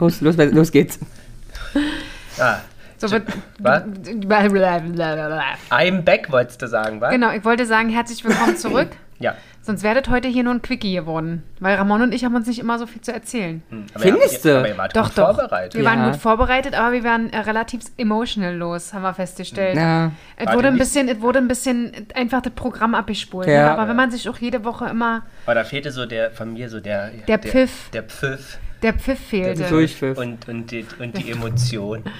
Los, los, los geht's. Ah, So, Tja, wird- was? blablabla. I'm back, wolltest du sagen, was? genau, ich wollte sagen, herzlich willkommen zurück. Ja. Sonst werdet heute hier nur ein Quickie geworden. Weil Ramon und ich haben uns nicht immer so viel zu erzählen. Hm, aber Findest ihr, du? Aber ihr wart Doch, gut doch. vorbereitet. Wir Ja. waren gut vorbereitet, aber wir waren äh, relativ emotional los, haben wir festgestellt. Ja. Es Warte, wurde, ein wie- bisschen, es wurde ein bisschen einfach das Programm abgespult. Ja. ne? Aber wenn man sich auch jede Woche immer Aber da fehlte so der, von mir so der... Der Pfiff. Der Pfiff. der Pfiff fehlte. Durchpfiff. Und, und, die, und die Emotion. äh,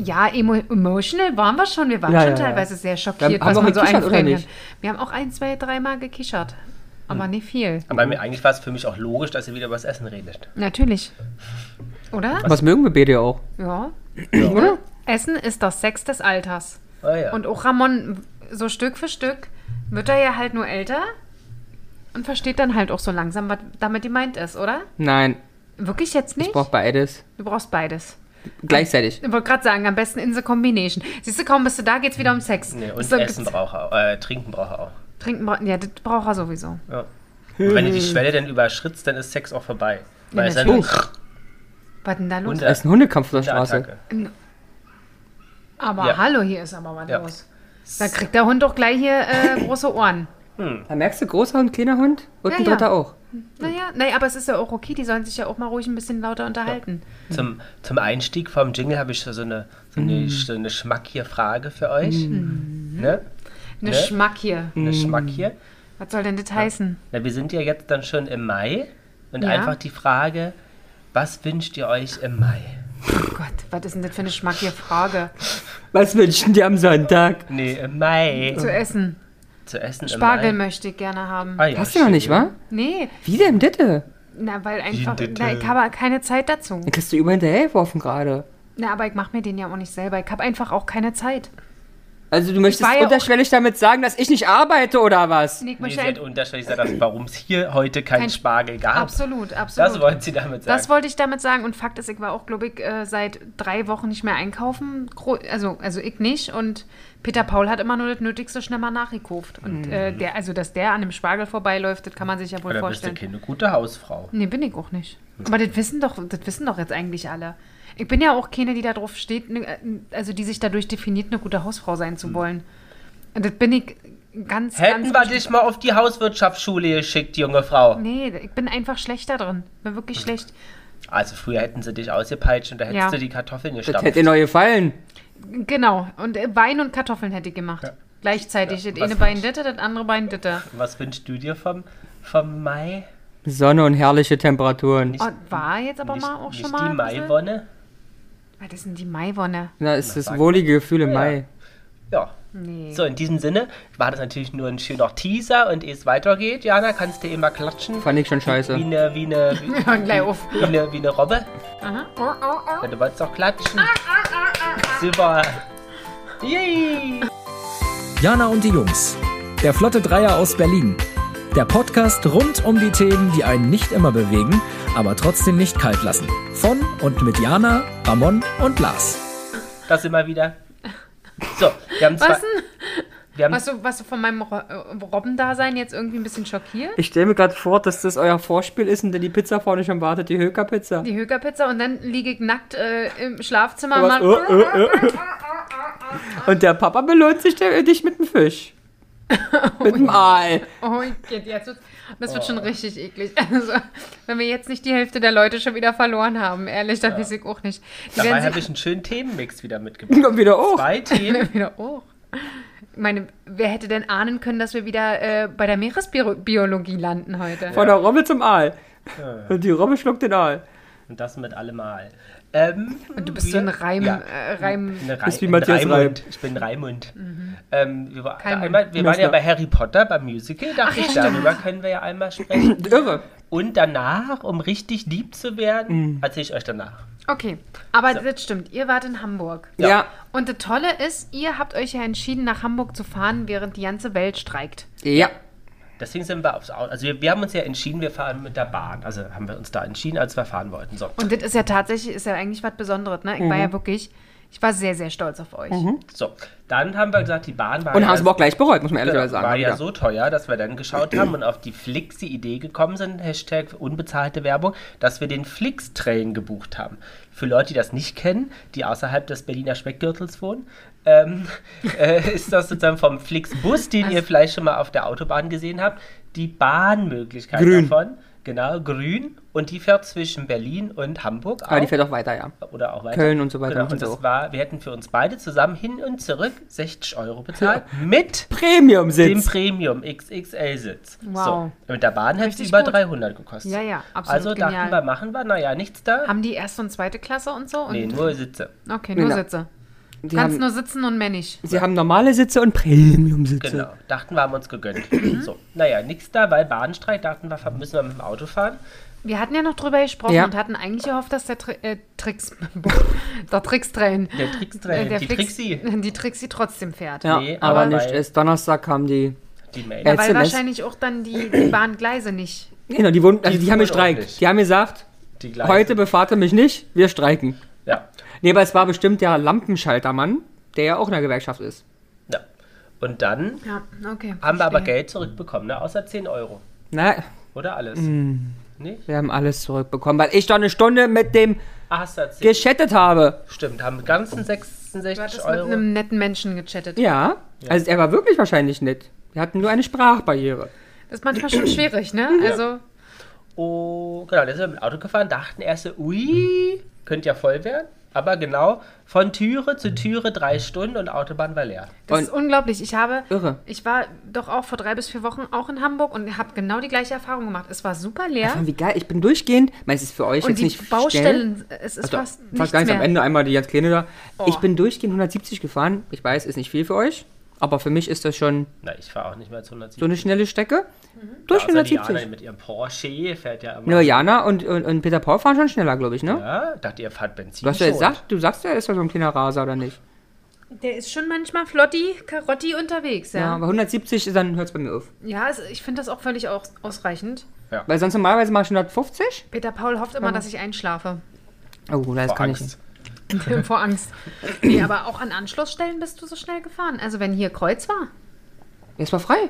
Ja, emo emotional waren wir schon. Wir waren Ja, schon ja, ja. teilweise sehr Wir schockiert, haben was auch man so gekichert, oder einfällt. nicht? Wir haben auch ein, zwei, dreimal gekichert. Aber Hm. nicht viel. Aber mir, eigentlich war es für mich auch logisch, dass ihr wieder über das Essen redet. Natürlich. Oder? Was mögen wir beide ja auch? Ja. Oder? Essen ist das Sex des Alters. Ah, ja. Und auch Ramon, so Stück für Stück, wird er ja halt nur älter und versteht dann halt auch so langsam, was damit gemeint ist, oder? Nein, Wirklich jetzt nicht? ich brauche beides. du brauchst beides. Gleichzeitig. Ich wollte gerade sagen, am besten in the combination. Siehst du, kaum bist du da, geht's wieder um Sex. nee, und So, Essen braucht er auch. Äh, Trinken braucht er auch. Trinken braucht, ja, das braucht er sowieso. Ja. Und wenn du die Schwelle dann überschrittst, dann ist Sex auch vorbei. Weil es dann natürlich. Was denn da los? unter, Da ist ein Hundekampf auf der unter Straße. Attacke. aber Ja. hallo, hier ist aber was Ja. los. Da kriegt der Hund doch gleich hier äh, große Ohren. Da merkst du, großer Hund, kleiner Hund und Ja, ein ja. dritter auch. Naja, naja, aber es ist ja auch okay, die sollen sich ja auch mal ruhig ein bisschen lauter unterhalten. Zum, zum Einstieg vom Jingle habe ich so eine, so eine, Mm. so eine schmackige Frage für euch. Ne? Eine Ne? Schmack hier. Eine schmackige. Was soll denn das heißen? Na, wir sind ja jetzt dann schon im Mai und Ja. einfach die Frage, was wünscht ihr euch im Mai? Oh Gott, was ist denn das für eine schmackige Frage? Was wünschen die am Sonntag? Nee, im Mai. Zu essen. Zu essen Spargel im Mai. möchte ich gerne haben. Ah, ja, Hast du noch schön. nicht, wa? Nee, Wie denn bitte? na, weil einfach, Wie bitte? na, ich habe halt keine Zeit dazu. Dann kriegst du über hinterhergeworfen gerade. Na, aber ich mache mir den ja auch nicht selber. Ich habe einfach auch keine Zeit. Also du möchtest war ja auch- unterschwellig damit sagen, dass ich nicht arbeite oder was? Nee, ich Nee, möchte sie hat ein, unterschwellig gesagt, warum es hier heute keinen Kein- Spargel gab. absolut, absolut. Das wollte sie damit sagen. Das wollte ich damit sagen. Und Fakt ist, ich war auch, glaube ich, äh, seit drei Wochen nicht mehr einkaufen. Gro also, also ich nicht. Und Peter Paul hat immer nur das Nötigste schnell mal nachgekauft. Und äh, der, also, dass der an dem Spargel vorbeiläuft, das kann man sich ja wohl Mhm. Oder bist du vorstellen. keine gute Hausfrau? Nee, bin ich auch nicht. Aber das wissen doch, das wissen doch jetzt eigentlich alle. Ich bin ja auch keine, die da drauf steht, ne, äh, also die sich dadurch definiert, eine gute Hausfrau sein zu wollen. Und das bin ich ganz, Hm. Hätten ganz wir dich mal auf die Hauswirtschaftsschule geschickt, junge Frau. Nee, ich bin einfach schlecht da drin. Bin wirklich schlecht. Also früher hätten sie dich ausgepeitscht und da hättest Ja. du die Kartoffeln Das gestampft. hätte dir noch gefallen. Genau. Und äh, Wein und Kartoffeln hätte ich gemacht. Gleichzeitig. Ja, das was eine Bein ditte, das andere Bein ditte. Was wünschst du dir vom, vom Mai? Sonne und herrliche Temperaturen. Nicht- Oh, war jetzt aber nicht mal auch nicht schon mal. die ein bisschen- Maiwonne? Was ist denn die Maiwonne? Na, ist das sagt- wohlige Gefühl im Mai. Ja. Nee. So, in diesem Sinne war das natürlich nur ein schöner Teaser und ehe es weitergeht, Jana, kannst du eh mal klatschen. Fand ich schon Wie scheiße. eine, wie eine, wie, Wir hören gleich auf. wie eine, wie eine Robbe. Aha. Oh, oh, oh. Ja, du wolltest doch klatschen. ah, Super. Yay! Jana und die Jungs. Der Flotte Dreier aus Berlin. Der Podcast rund um die Themen, die einen nicht immer bewegen, aber trotzdem nicht kalt lassen. Von und mit Jana, Ramon und Lars. Das immer wieder. So, wir haben zwei. Was denn? Wir haben, Warst du, warst du von meinem Ro- äh, Robbendasein jetzt irgendwie ein bisschen schockiert? Ich stelle mir gerade vor, dass das euer Vorspiel ist und dann die Pizza vorne schon wartet, die Höker-Pizza. Die Hökerpizza und dann liege ich nackt äh, im Schlafzimmer. Was? Mach- Äh, äh, äh. Und der Papa belohnt sich der, dich mit dem Fisch. Mit dem Aal. Oh, jetzt, jetzt wird's, das wird schon Oh. richtig eklig. Also, wenn wir jetzt nicht die Hälfte der Leute schon wieder verloren haben, ehrlich, dann weiß ich auch nicht. Die dabei werden habe sich ich einen schönen Themenmix wieder mitgebracht. Und wieder hoch. Zwei Themen. wieder auch. Ich meine, wer hätte denn ahnen können, dass wir wieder äh, bei der Meeresbiologie landen heute? Von der Robbe zum Aal. Und die Robbe schluckt den Aal. Und das mit allemal. Ähm, Und du bist so ein Reim, äh, Reim Eine Rei Bist wie ein Matthias Raimund. Reim. Ich bin Raimund. Ähm, wir war, da Keimund. einmal, wir waren ja Meister. bei Harry Potter, beim Musical, dachte ich, darüber können wir ja einmal sprechen. Irre. Und danach, um richtig lieb zu Mhm. werden, erzähle ich euch danach. Okay, aber das stimmt. Ihr wart in Hamburg. Ja. Und das Tolle ist, ihr habt euch ja entschieden, nach Hamburg zu fahren, während die ganze Welt streikt. Ja. Deswegen sind wir aufs Auto. Also wir, wir haben uns ja entschieden, wir fahren mit der Bahn. Also haben wir uns da entschieden, als wir fahren wollten. So. Mhm. Und das ist ja tatsächlich, ist ja eigentlich was Besonderes, ne? Ich war ja wirklich Ich war sehr, sehr stolz auf euch. So, dann haben wir gesagt, die Bahn war Und ja, haben es aber auch gleich bereut, muss man genau, ehrlicherweise sagen. war ja Ja. so teuer, dass wir dann geschaut haben und auf die flixe Idee gekommen sind, Hashtag unbezahlte Werbung, dass wir den Flix-Train gebucht haben. Für Leute, die das nicht kennen, die außerhalb des Berliner Speckgürtels wohnen, ähm, äh, ist das sozusagen vom Flix-Bus, den ihr vielleicht schon mal auf der Autobahn gesehen habt, die Bahnmöglichkeit Grün. davon. Genau, grün. Und die fährt zwischen Berlin und Hamburg Aber Ah, die auf fährt auch weiter, ja. oder auch weiter. Köln und so weiter Genau, und und, so das auch. war, wir hätten für uns beide zusammen hin und zurück 60 Euro bezahlt mit dem Premium-Sitz. Premium XXL-Sitz. Wow. So, mit der Bahn hätte es Richtig über gut. 300 gekostet. Ja, ja, absolut Also genial. dachten wir, machen wir, naja, nichts da. Haben die erste und zweite Klasse und so? Und Nee, ne? nur Sitze. Okay, nur Nee, na- Sitze. Die Kannst haben, nur sitzen und mehr nicht. sie haben normale Sitze und Premium-Sitze. Genau, dachten wir, haben uns gegönnt. so, naja, nichts da, weil Bahnstreik, dachten wir, müssen wir mit dem Auto fahren. Wir hatten ja noch drüber gesprochen Ja. und hatten eigentlich gehofft, dass der Tri äh, Tricks, der Trickstrain, Der Trickstrain, Äh, der die Flix- Trixi, die Trixi trotzdem fährt. Ja, Nee, aber, aber nicht. bei- Erst Donnerstag kam die. die Mail. Ja, Weil SMS. wahrscheinlich auch dann die, die Bahngleise nicht. Genau, die, wurden, also die, haben wurden auch gestreikt. nicht. Die haben gesagt, Die Gleise. heute befahrt ihr mich nicht, wir streiken. Ja. Nee, aber es war bestimmt der Lampenschaltermann, der ja auch in der Gewerkschaft ist. ja. Und dann Ja, okay. haben wir aber verstehe. Geld zurückbekommen, ne? außer 10 Euro. Na, Oder alles? Nee? wir haben alles zurückbekommen, weil ich doch eine Stunde mit dem Ah, hast du erzählt. geschattet habe. Stimmt, haben ganzen Du 66 hattest mit Euro. einem netten Menschen gechattet. Ja, also er war wirklich wahrscheinlich nett. Wir hatten nur eine Sprachbarriere. Das ist manchmal schon schwierig, ne? Also, Oh, genau, dann sind wir mit dem Auto gefahren, dachten erst so, ui, könnte ja voll werden. Aber genau, von Türe zu Türe drei Stunden und Autobahn war leer. das Und- ist unglaublich. Ich habe, Irre. ich war doch auch vor drei bis vier Wochen auch in Hamburg und habe genau die gleiche Erfahrung gemacht. Es war super leer Mann, wie geil, ich bin durchgehend, ich meine, es ist für euch und jetzt die nicht schnell. Baustellen, es ist Also, fast, fast nichts gar nichts, mehr. Oh. am Ende einmal die ganz kleine da. Ich bin durchgehend 170 gefahren. Ich weiß, ist nicht viel für euch, aber für mich ist das schon Na, ich fahre auch nicht mehr zu 170. so eine schnelle Strecke. Mhm. Durch Außer also die Anna 170. mit ihrem Porsche fährt ja Ja, immer. Jana und, und, und Peter Paul fahren schon schneller, glaube ich, ne? Ja, dachte, ihr fahrt Benzin. Du hast ja schon. gesagt, du sagst ja, er ist ja so ein kleiner Raser, oder nicht? Der ist schon manchmal flotti, karotti unterwegs, Ja, ja. aber 170, ist- dann hört es bei mir auf. Ja, es, ich finde das auch völlig aus, ausreichend. Weil sonst normalerweise mache ich 150. Peter Paul hofft immer, dass ich einschlafe. Oh, das Vor kann Angst. ich Vor Angst. Nee, aber auch an Anschlussstellen bist du so schnell gefahren. Also wenn hier Kreuz war. nicht. Jetzt war frei.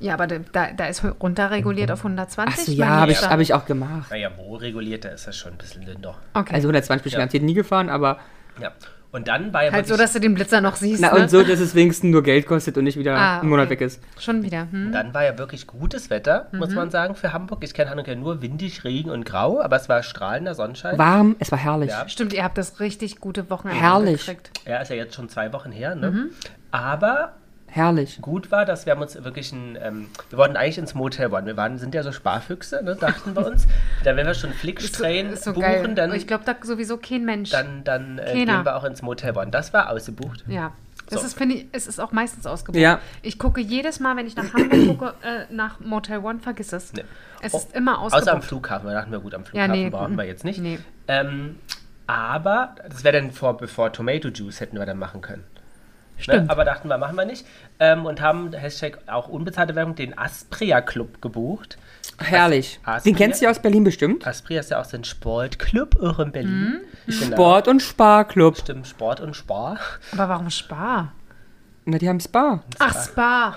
Ja, aber da- da, da ist runterreguliert auf 120. Achso, mein ja, habe ich, Liebster. hab ich auch gemacht. Naja, wo regulierter ist das schon ein bisschen dünner. Okay. Also 120 bin ich Ja. garantiert nie gefahren, aber. Ja. Und dann war ja halt so, wirklich- dass du den Blitzer noch siehst. Na, ne? und so, dass es wenigstens nur Geld kostet und nicht wieder Ah, einen Monat okay. weg ist. Schon wieder. Hm? Dann war ja wirklich gutes Wetter, muss Mhm. man sagen, für Hamburg. Ich kenne Hamburg ja nur windig, Regen und Grau, aber es war strahlender Sonnenschein. Warm, es war herrlich. Ja. Stimmt, ihr habt das richtig gute Wochenende Herrlich. gekriegt. Ja, ist ja jetzt schon zwei Wochen her, ne? Mhm. Aber Herrlich. gut war, dass wir haben uns wirklich ein, ähm, wir wollten eigentlich ins Motel wollen. Wir waren, sind ja so Sparfüchse, ne, dachten wir uns. Da wenn wir schon Flixtrain Ist so buchen, geil. dann, ich glaube, da sowieso kein Mensch. dann, dann äh, Keiner. gehen wir auch ins Motel wollen. Das war ausgebucht. ja. Das So. ist, finde ich, es ist auch meistens ausgebucht. Ja. Ich gucke jedes Mal, wenn ich nach Hamburg gucke, äh, nach Motel One, vergiss es. Nee. Es Oh, ist immer Außer am ausgebucht. Flughafen. Da dachten wir, gut, am Ja, Flughafen nee, brauchen wir mhm. jetzt nicht. Nee. Ähm, aber das wäre dann vor, bevor Tomato Juice hätten wir dann machen können. Ne? Stimmt. Aber dachten wir, machen wir nicht. Ähm, und haben Hashtag auch unbezahlte Werbung den Aspria Club gebucht. Herrlich. As- Den kennst du ja aus Berlin bestimmt. Aspria ist ja auch so ein Sportclub auch in Mhm. Berlin. Genau. Sport- und Sparclub. Stimmt, Sport und Spar. Aber warum Spa? Na, die haben Spa. Ach, Spa.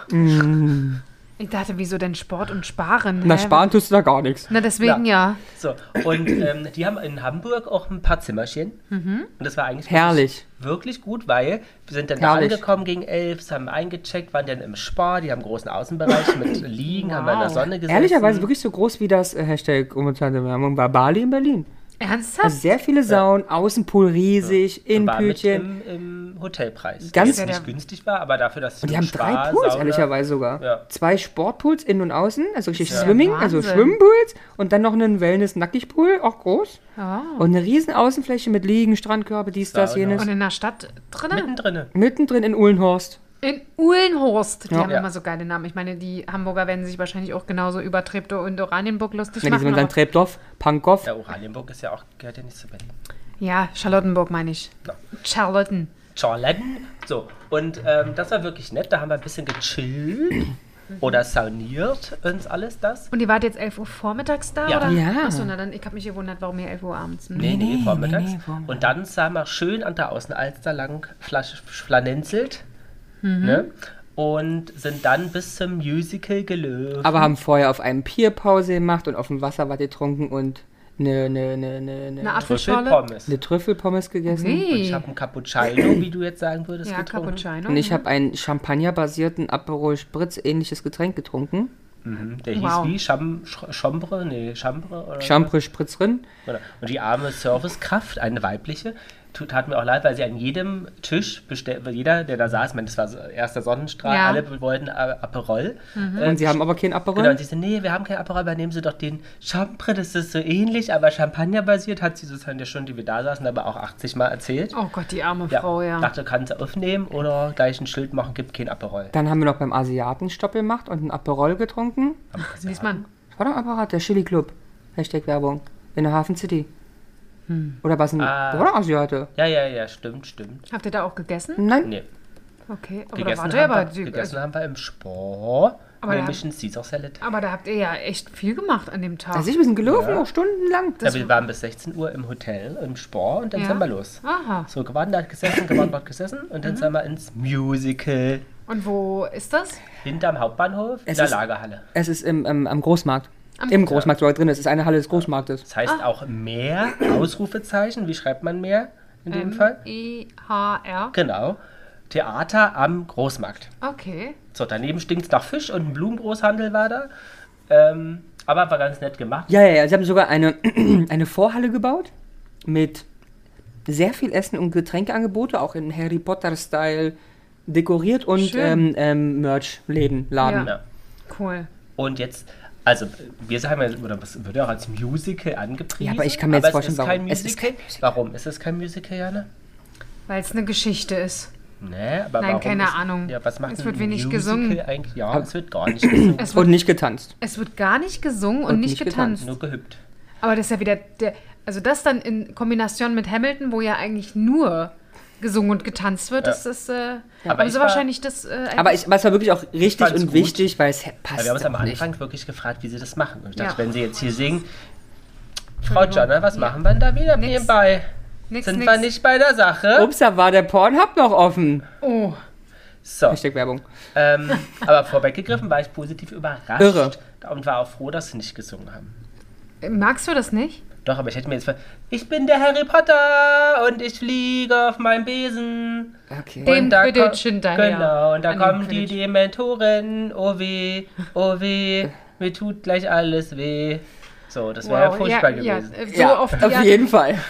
Ich dachte, wieso denn Sport und Sparen? Mm. Na, Hä? sparen tust du da gar nichts. Na, deswegen ja. So, und ähm, die haben in Hamburg auch ein paar Zimmerchen. Und das war eigentlich Mhm. Herrlich. wirklich gut, weil wir sind dann Herrlich. da angekommen gegen elf, haben eingecheckt, waren dann im Spar, die haben einen großen Außenbereich mit Liegen, haben wir in der Wow. Sonne gesessen. Ehrlicherweise wirklich so groß wie das äh, Hashtag unbezahlte Werbung war Bali in Berlin. Ernsthaft? Also sehr viele Saunen, Außenpool riesig, Wir waren mit Innenpütchen. Im, Im Hotelpreis. Ganz- der jetzt nicht günstig war, aber dafür, dass es Und die mit haben drei Spar, Pools, Sauna- ehrlicherweise sogar. Ja. Zwei Sportpools, innen und außen, also richtig ja Swimming, also Wahnsinn. Schwimmpools und dann noch einen Wellness-Nackig-Pool, auch groß. Oh. Und eine riesen Außenfläche mit Liegen, Strandkörbe, dies, das, Sauna. jenes. und in der Stadt drinnen? Mittendrin. Mittendrin in Uhlenhorst. In Uhlenhorst. Die haben Ja. immer so geile Namen. Ich meine, die Hamburger werden sich wahrscheinlich auch genauso über Treptow und Oranienburg lustig Wenn die sind machen. dann Aber, Treptow, Pankow. Ja, Oranienburg ist ja auch, gehört ja nicht zu Berlin. ja, Charlottenburg meine ich. Ja. Charlotten. Charlotten. So, und ähm, das war wirklich nett. Da haben wir ein bisschen gechillt. oder sauniert uns alles das. Und ihr wart jetzt 11 Uhr vormittags da? Ja. Oder? Ja. Achso, na dann, ich habe mich gewundert, warum ihr 11 Uhr abends. Ne? Nee, nee, nee, vormittags. nee, vormittags. Und dann sah man schön an der Außenalster lang flasch, flanenzelt. Ne? Und sind dann bis zum Musical gelöst. Aber haben vorher auf einem Pier Pause gemacht und auf dem Wasser was getrunken und eine, eine, eine, eine, Eine eine, Apfelschorle? Pommes. eine Trüffelpommes gegessen. Ich Nee. habe einen Cappuccino, wie du jetzt sagen würdest, Ja, getrunken. Cappuccino. Und ich habe einen champagnerbasierten Aperol Spritz ähnliches Getränk getrunken. Mhm. Der Wow. hieß wie? Cham Sch- Chambre? Nee, Chambre? Oder Champre Spritz drin. Oder- Und die arme Servicekraft, eine weibliche, tut, tat mir auch leid, weil sie an jedem Tisch bestellt, weil jeder, der da saß, ich meine, das war so erster Sonnenstrahl, Ja. Mhm. alle wollten äh, Aperol. Äh, Und sie haben aber keinen Aperol. Genau, und sie so, nee, wir haben kein Aperol, aber nehmen Sie doch den Champre, das ist so ähnlich, aber Champagner-basiert, hat sie sozusagen der Stunde, die wir da saßen, aber auch 80 Mal erzählt. Oh Gott, die arme Frau, ja. Dachte, kannst du aufnehmen oder gleich ein Schild machen, gibt kein Aperol. Dann haben wir noch beim Asiaten Stopp gemacht und einen Aperol getrunken. Lies mal. Das war doch ein Apparat, der Chili Club. Hashtag Werbung. In der Hafen City. Oder was denn? Ah. Da war doch Asiate. Ja, ja, ja, stimmt, stimmt. Habt ihr da auch gegessen? Nein, Nee, Okay, aber da gegessen, wart ihr haben, aber. wir, gegessen Die, haben wir im Sport, Aber da- nämlich einen Caesar Salad. aber da habt ihr ja echt viel gemacht an dem da Tag. ist also ich ein bisschen gelaufen, auch stundenlang. Ja, wir waren bis 16 Uhr im Hotel, im Sport und dann Ja. sind wir los. Ah. Aha. So gewandert, gesessen, gewandert, gesessen und Mhm. dann sind wir ins Musical. Und wo ist das? Hinterm Hauptbahnhof, in Es der ist- Lagerhalle. Es ist im, im, am Großmarkt. Im Großmarkt sogar drin. Es ist eine Halle des Großmarktes. Das heißt auch mehr, Ausrufezeichen, wie schreibt man mehr in Ähm. dem Fall? E-H-R. Genau. Theater am Großmarkt. Okay. So, daneben stinkt es nach Fisch und ein Blumengroßhandel war da. Ähm, aber war ganz nett gemacht. Ja, ja, ja. Sie haben sogar eine, eine Vorhalle gebaut mit sehr viel Essen und Getränkeangebote, auch in Harry Potter-Style dekoriert und Schön. ähm, ähm, Merch-Läden, Laden. Ja. Cool. Und jetzt, also wir sagen ja, oder das wird ja auch als Musical angepriesen. Ja, aber ich kann mir jetzt aber vorstellen, es ist kein warum. Musical. Es ist kein Musical. Warum ist es kein Musical, Jana? Weil es eine Geschichte ist. Nee, aber Nein, warum keine ist, Ahnung. Ja, was macht Es ein wird wenig Musical gesungen. Eigentlich? Ja, es wird gar nicht gesungen, Es Und wird, nicht getanzt. es wird gar nicht gesungen und, Und nicht nicht getanzt. nur gehüpft. Aber das ist ja wieder der. Also das dann in Kombination mit Hamilton, wo ja eigentlich nur gesungen und getanzt wird, das ist. Äh, Aber haben ich sie war- wahrscheinlich das. Äh, Aber, ich, aber es war wirklich auch richtig fand's und gut. wichtig, weil es he- passt. Weil wir haben uns am auch nicht. Anfang wirklich gefragt, wie sie das machen. Und ich dachte, Ja. wenn sie jetzt hier singen, Frau Jana, ne? was machen wir denn da wieder Nix. nebenbei? nix, Sind nix. wir nicht bei der Sache? Ups, da war der Pornhub noch offen. Oh, So, Hashtag Werbung. ähm, aber vorweggegriffen war ich positiv überrascht Irre. und war auch froh, dass sie nicht gesungen haben. magst du das nicht? Doch, aber ich hätte mir jetzt ver- ich bin der Harry Potter und ich fliege auf meinem Besen. Okay. Dem Und da ko- Quidditchen daher. Genau, und da An dem kommen die Quidditch. Dementoren. Oh weh, oh weh, mir tut gleich alles weh. So, das wäre ja furchtbar ja, gewesen. ja, so ja, auf, die auf Art. jeden Fall.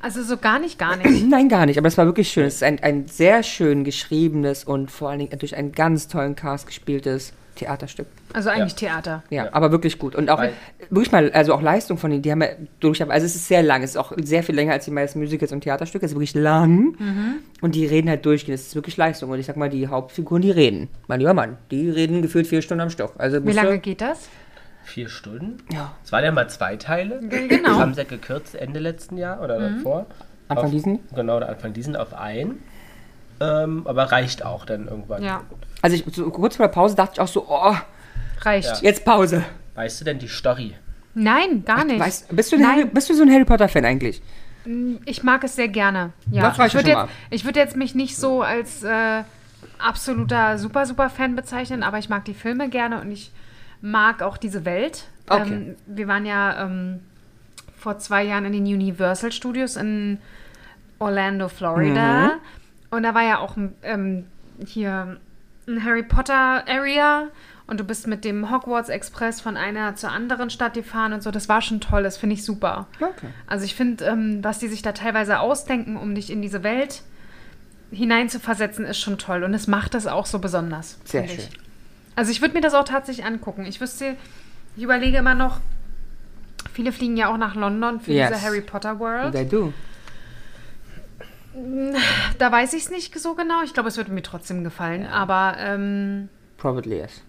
Also so gar nicht, gar nicht. Nein, gar nicht. Aber es war wirklich schön. Es ist ein, ein sehr schön geschriebenes und vor allen Dingen durch einen ganz tollen Cast gespieltes Theaterstück. Also eigentlich Theater. Ja, aber wirklich gut. Und auch Weil- wirklich mal, also auch Leistung von denen, die haben ja durch, also es ist sehr lang, es ist auch sehr viel länger als die meisten Musicals und Theaterstücke, es ist wirklich lang. Und die reden halt durchgehend, es ist wirklich Leistung. Und ich sag mal, die Hauptfiguren, die reden. Mein lieber Mann, die reden gefühlt vier Stunden am Stock. Also Wie musst du- lange geht das? Vier Stunden? Ja. Es waren ja mal zwei Teile. genau. Mhm. Das haben sie ja gekürzt Ende letzten Jahr oder davor. Anfang auf, diesen? Genau, oder Anfang diesen auf ein. Ähm, aber reicht auch dann irgendwann. Ja, Also ich, so kurz vor der Pause dachte ich auch so, oh, reicht. jetzt Pause. Weißt du denn die Story? Nein, gar nicht. Weißt, bist, du ein Harry, Nein, bist du so ein Harry Potter-Fan eigentlich? ich mag es sehr gerne. Ja. Das reicht ich würde ja schon jetzt, ich würd jetzt mich nicht so als äh, absoluter super, super Fan bezeichnen, aber ich mag die Filme gerne und ich mag auch diese Welt. Okay. Ähm, wir waren ja ähm, vor zwei Jahren in den Universal Studios in Orlando, Mhm. Florida. Und da war ja auch ein, ähm, hier ein Harry Potter Area und du bist mit dem Hogwarts Express von einer zur anderen Stadt gefahren und so. Das war schon toll, das finde ich super. Okay. Also ich finde, ähm, was die sich da teilweise ausdenken, um dich in diese Welt hineinzuversetzen, ist schon toll. Und es macht das auch so besonders. Sehr finde schön. Ich. Also ich würde mir das auch tatsächlich angucken. Ich wüsste, ich überlege immer noch, viele fliegen ja auch nach London für Yes. diese Harry Potter World. They do. Da weiß ich es nicht so genau. Ich glaube, es würde mir trotzdem gefallen. Aber, ähm, Probably yes.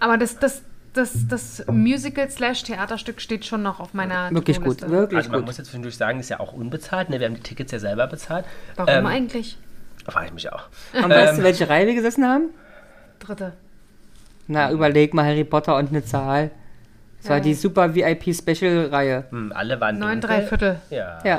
aber das, das, das, das Musical slash Theaterstück steht schon noch auf meiner Wirklich gut, To-Do-Liste. wirklich Also man gut. muss jetzt zwischendurch sagen, ist ja auch unbezahlt. Ne? Wir haben die Tickets ja selber bezahlt. Warum Ähm, eigentlich? Frage ich mich auch. Und weißt du, welche Reihe wir gesessen haben? Dritte. Na, überleg mal Harry Potter und eine Zahl. Das war Ja. die super VIP-Special-Reihe. Hm, alle waren Neun, dunkel. drei Also? Viertel. Ja. Ja.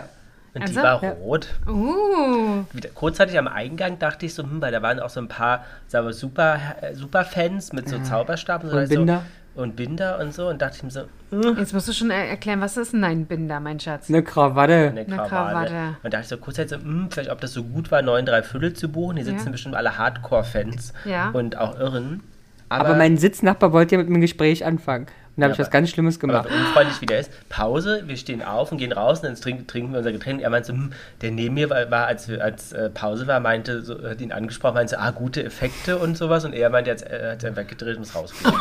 Und die Ernsthaft? war Ja. rot. Uh, Wieder, kurzzeitig am Eingang dachte ich so, hm, weil da waren auch so ein paar sagen wir, super, äh, Superfans mit so Zauberstab und, so, Und also- Binder. und Binder und so. Und dachte ich mir so, hm, jetzt musst du schon äh, erklären, was ist ein Einbinder, mein Schatz? Eine Krawatte. eine Eine Krawatte. Krawatte. Und dachte ich so kurzzeitig so, hm, vielleicht ob das so gut war, neun, drei Viertel zu buchen. Hier sitzen Ja. bestimmt alle Hardcore-Fans Ja. und auch Irren. Aber, mein Sitznachbar wollte ja mit dem Gespräch anfangen. Und da habe Ja, ich was aber- ganz Schlimmes Aber gemacht. wie unfreundlich wie der ist. Pause, wir stehen auf und gehen raus und dann trinken, trinken wir unser Getränk. Er meinte so, hm, der neben mir war, war als, wir- als äh, Pause war, meinte, so, hat ihn angesprochen, meinte so, ah, gute Effekte und sowas. Und er meinte, er hat es einfach gedreht und ist rausgegangen.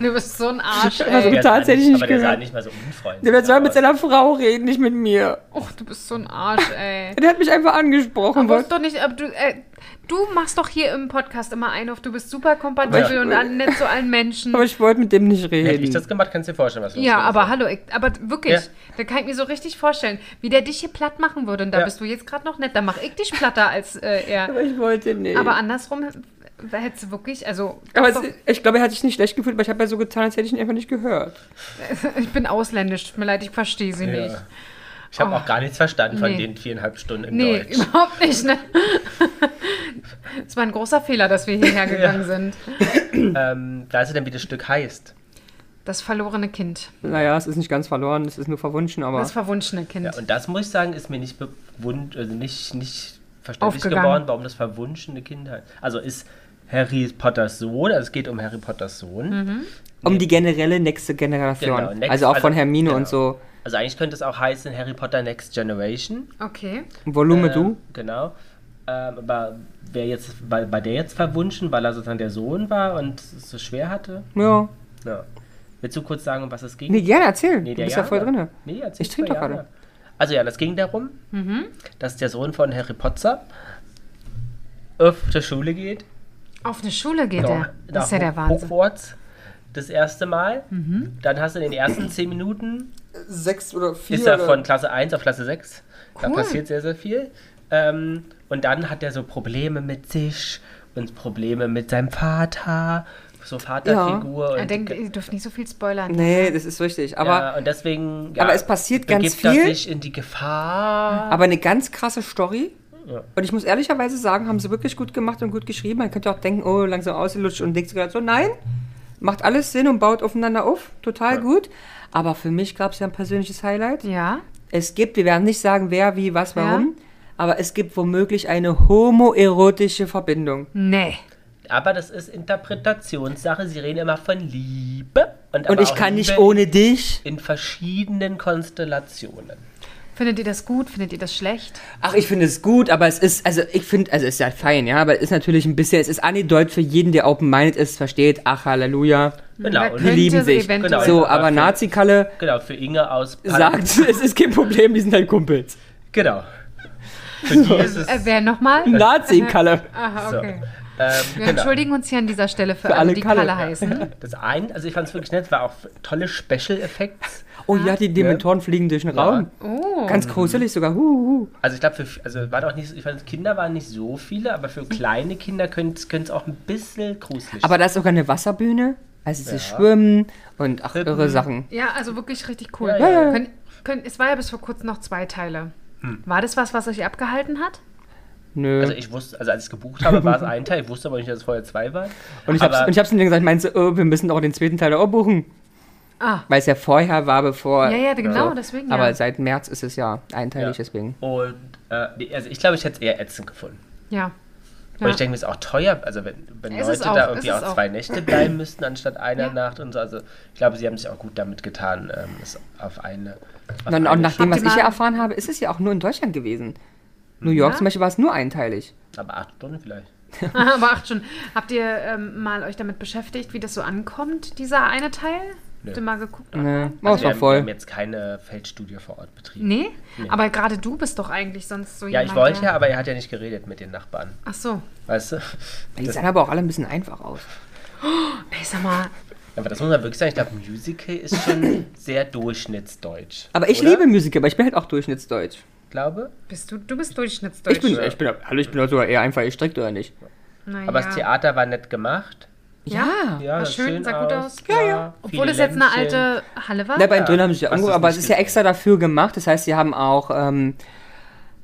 Du bist so ein Arsch, Also- ey. Der sah Tatsächlich nicht, nicht Aber der sah gehört. nicht mal so unfreundlich. Der soll mit aus. seiner Frau reden, nicht mit mir. Och, du bist so ein Arsch, ey. Der hat mich einfach angesprochen. Aber Wollte, ist doch nicht, aber du, äh, du machst doch hier im Podcast immer einen auf, du bist super kompatibel Ja. und an, nett zu allen Menschen. aber ich wollte mit dem nicht Hätte ich reden. das gemacht, kannst du dir vorstellen, was los ja, gewesen aber wäre. hallo, ich, aber wirklich, Ja. da kann ich mir so richtig vorstellen, wie der dich hier platt machen würde. Und da Ja. bist du jetzt gerade noch nett, da mache ich dich platter als äh, er. Aber ich wollte nicht. Aber Aber, andersrum da hättest du wirklich, also es, ich glaube, er hat sich nicht schlecht gefühlt, weil ich habe ja so getan, als hätte ich ihn einfach nicht gehört. ich bin ausländisch, tut mir leid, ich verstehe sie Ja. nicht. Ich habe auch gar nichts verstanden von Nee. den viereinhalb Stunden in Nee, Deutsch. überhaupt nicht, ne? Es war ein großer Fehler, dass wir hierher gegangen sind. Ähm, weißt du denn, wie das Stück heißt? Das verlorene Kind, Naja, es ist nicht ganz verloren, es ist nur verwunschen, aber. das verwunschene Kind. Ja, und das muss ich sagen, ist mir nicht bewund, also nicht, nicht verständlich Aufgegangen. geworden, warum das verwunschene Kindheit. Also ist Harry Potters Sohn, also es geht um Harry Potters Sohn. Mhm. um die generelle nächste Generation. Genau, next- also auch von also- Hermine genau. und so. Also eigentlich könnte es auch heißen Harry Potter Next Generation. Okay. Volume Ähm, du? Genau. Ähm, aber wer jetzt, war, war der jetzt verwunschen, weil er sozusagen der Sohn war und es so schwer hatte? Ja. Ja. Willst du kurz sagen, um was es ging? Nee, gerne, erzähl. du bist ja Jana. voll drin. Nee, erzähl Ich trinke mal, doch Jana. gerade. Also ja, das ging darum, Mhm. dass der Sohn von Harry Potter auf zur Schule geht. Auf eine Schule geht Genau, er. Das ist ja nach der Wahnsinn. Mhm. Hogwarts das erste Mal. Dann hast du in den ersten zehn Minuten, Sechs oder vier. ist er von Klasse 1 auf Klasse 6. Da Cool. passiert sehr, sehr viel. Ähm, und dann hat er so Probleme mit sich und Probleme mit seinem Vater. So Vaterfigur. Er und denkt, ihr dürft nicht so viel spoilern. Nee, das ist richtig. Aber, ja, und deswegen. Ja, aber es passiert ganz begibt er viel. sich in die Gefahr. aber eine ganz krasse Story. Ja. Und ich muss ehrlicherweise sagen, haben sie wirklich gut gemacht und gut geschrieben. Man könnte auch denken, oh, langsam ausgelutscht und denkt sogar so, nein. Macht alles Sinn und baut aufeinander auf. Total gut. Aber für mich gab es ja ein persönliches Highlight. Mhm. Ja? Es gibt, wir werden nicht sagen, wer, wie, was, Ja. warum, aber es gibt womöglich eine homoerotische Verbindung. Nee. Aber das ist Interpretationssache. Sie reden immer von Liebe. Und aber ich auch kann nicht Liebe ohne dich. In verschiedenen Konstellationen. Findet ihr das gut? Findet ihr das schlecht? Ach, ich finde es gut, aber es ist, also ich finde, also es ist ja fein, ja, aber es ist natürlich ein bisschen, es ist angedeutet für jeden, der open-minded ist, versteht, ach, Halleluja, Genau. Da Und die Könnte lieben sie sich. Genau. eventuell- So, Aber aber für- Nazi-Kalle genau, für Inge aus Pan- sagt, es ist kein Problem, die sind halt Kumpels. Genau. Für die ist es. Äh, wer nochmal? Nazi-Kalle. Aha, so. okay. Ähm, Wir genau. entschuldigen uns hier an dieser Stelle für, Für alle, alle die Kalle. Kalle, heißen. Das ein, also ich fand es wirklich nett, war auch tolle Special Effects. Oh ja, die Dementoren fliegen durch den Raum. Oh. Ganz gruselig sogar. Huh, huh. Also ich glaube, für also waren auch nicht, ich fand Kinder waren nicht so viele, aber für kleine Kinder könnte es auch ein bisschen gruselig. Aber da ist sogar eine Wasserbühne, also sie schwimmen und ach, irre Rippen. Sachen. Ja, also wirklich richtig cool. Ja, ja, Könnt, könnt, es war ja bis vor kurzem noch zwei Teile. War das was, was euch abgehalten hat? Nö. Also ich wusste, also als ich es gebucht habe, war es ein Teil. Ich wusste aber nicht, dass es vorher zwei waren. und ich aber- hab's, und ich hab's ihm dann gesagt, meinst du, oh, wir müssen auch den zweiten Teil auch buchen? Ah. Weil es ja vorher war, bevor. Ja, ja, genau, so. deswegen, Aber ja. seit März ist es ja einteilig, Ja. deswegen. Und äh, nee, also ich glaube, ich hätte es eher ätzend gefunden. Ja. Weil Ja. ich denke mir, es ist auch teuer, also wenn, wenn Es Leute ist auch, da es irgendwie ist auch auch. zwei Nächte bleiben müssten, anstatt einer Ja. Nacht und so. Also ich glaube, sie haben sich auch gut damit getan, ähm, es auf eine. Auf Und auch Also eine nach dem, was Habt ihr ich ja mal- erfahren habe, ist es ja auch nur in Deutschland gewesen. New York Ja. zum Beispiel war es nur einteilig. aber acht Stunden vielleicht. Aber acht schon. Habt ihr ähm, mal euch damit beschäftigt, wie das so ankommt, dieser eine Teil? Habt ihr mal geguckt? Ne. Oh, es Also wir, war haben, wir haben voll. jetzt keine Feldstudie vor Ort betrieben. Nee? Aber gerade du bist doch eigentlich sonst so Ja, jemand. ich wollte der- ja, aber er hat ja nicht geredet mit den Nachbarn. Ach so. Weißt du? Die Das, sahen aber auch alle ein bisschen einfach aus. Ey, sag mal, aber das muss man wirklich sagen. Ich glaube, Musical ist schon sehr durchschnittsdeutsch. Aber ich oder? liebe Musical, aber ich bin halt auch durchschnittsdeutsch. glaube. bist du, du bist durchschnittsdeutsch. ich bin, ich bin, hallo, ich bin doch sogar eher einfach gestrickt, oder nicht? Na Aber ja. das Theater war nett gemacht. Ja, Ja, war das schön, sah gut aus. Ja, ja. Obwohl es jetzt eine alte Halle war. Na, bei den Ja, Döner haben sie ja hast du's umgebaut, aber es nicht ist ja gesehen. extra dafür gemacht. Das heißt, sie haben auch ähm,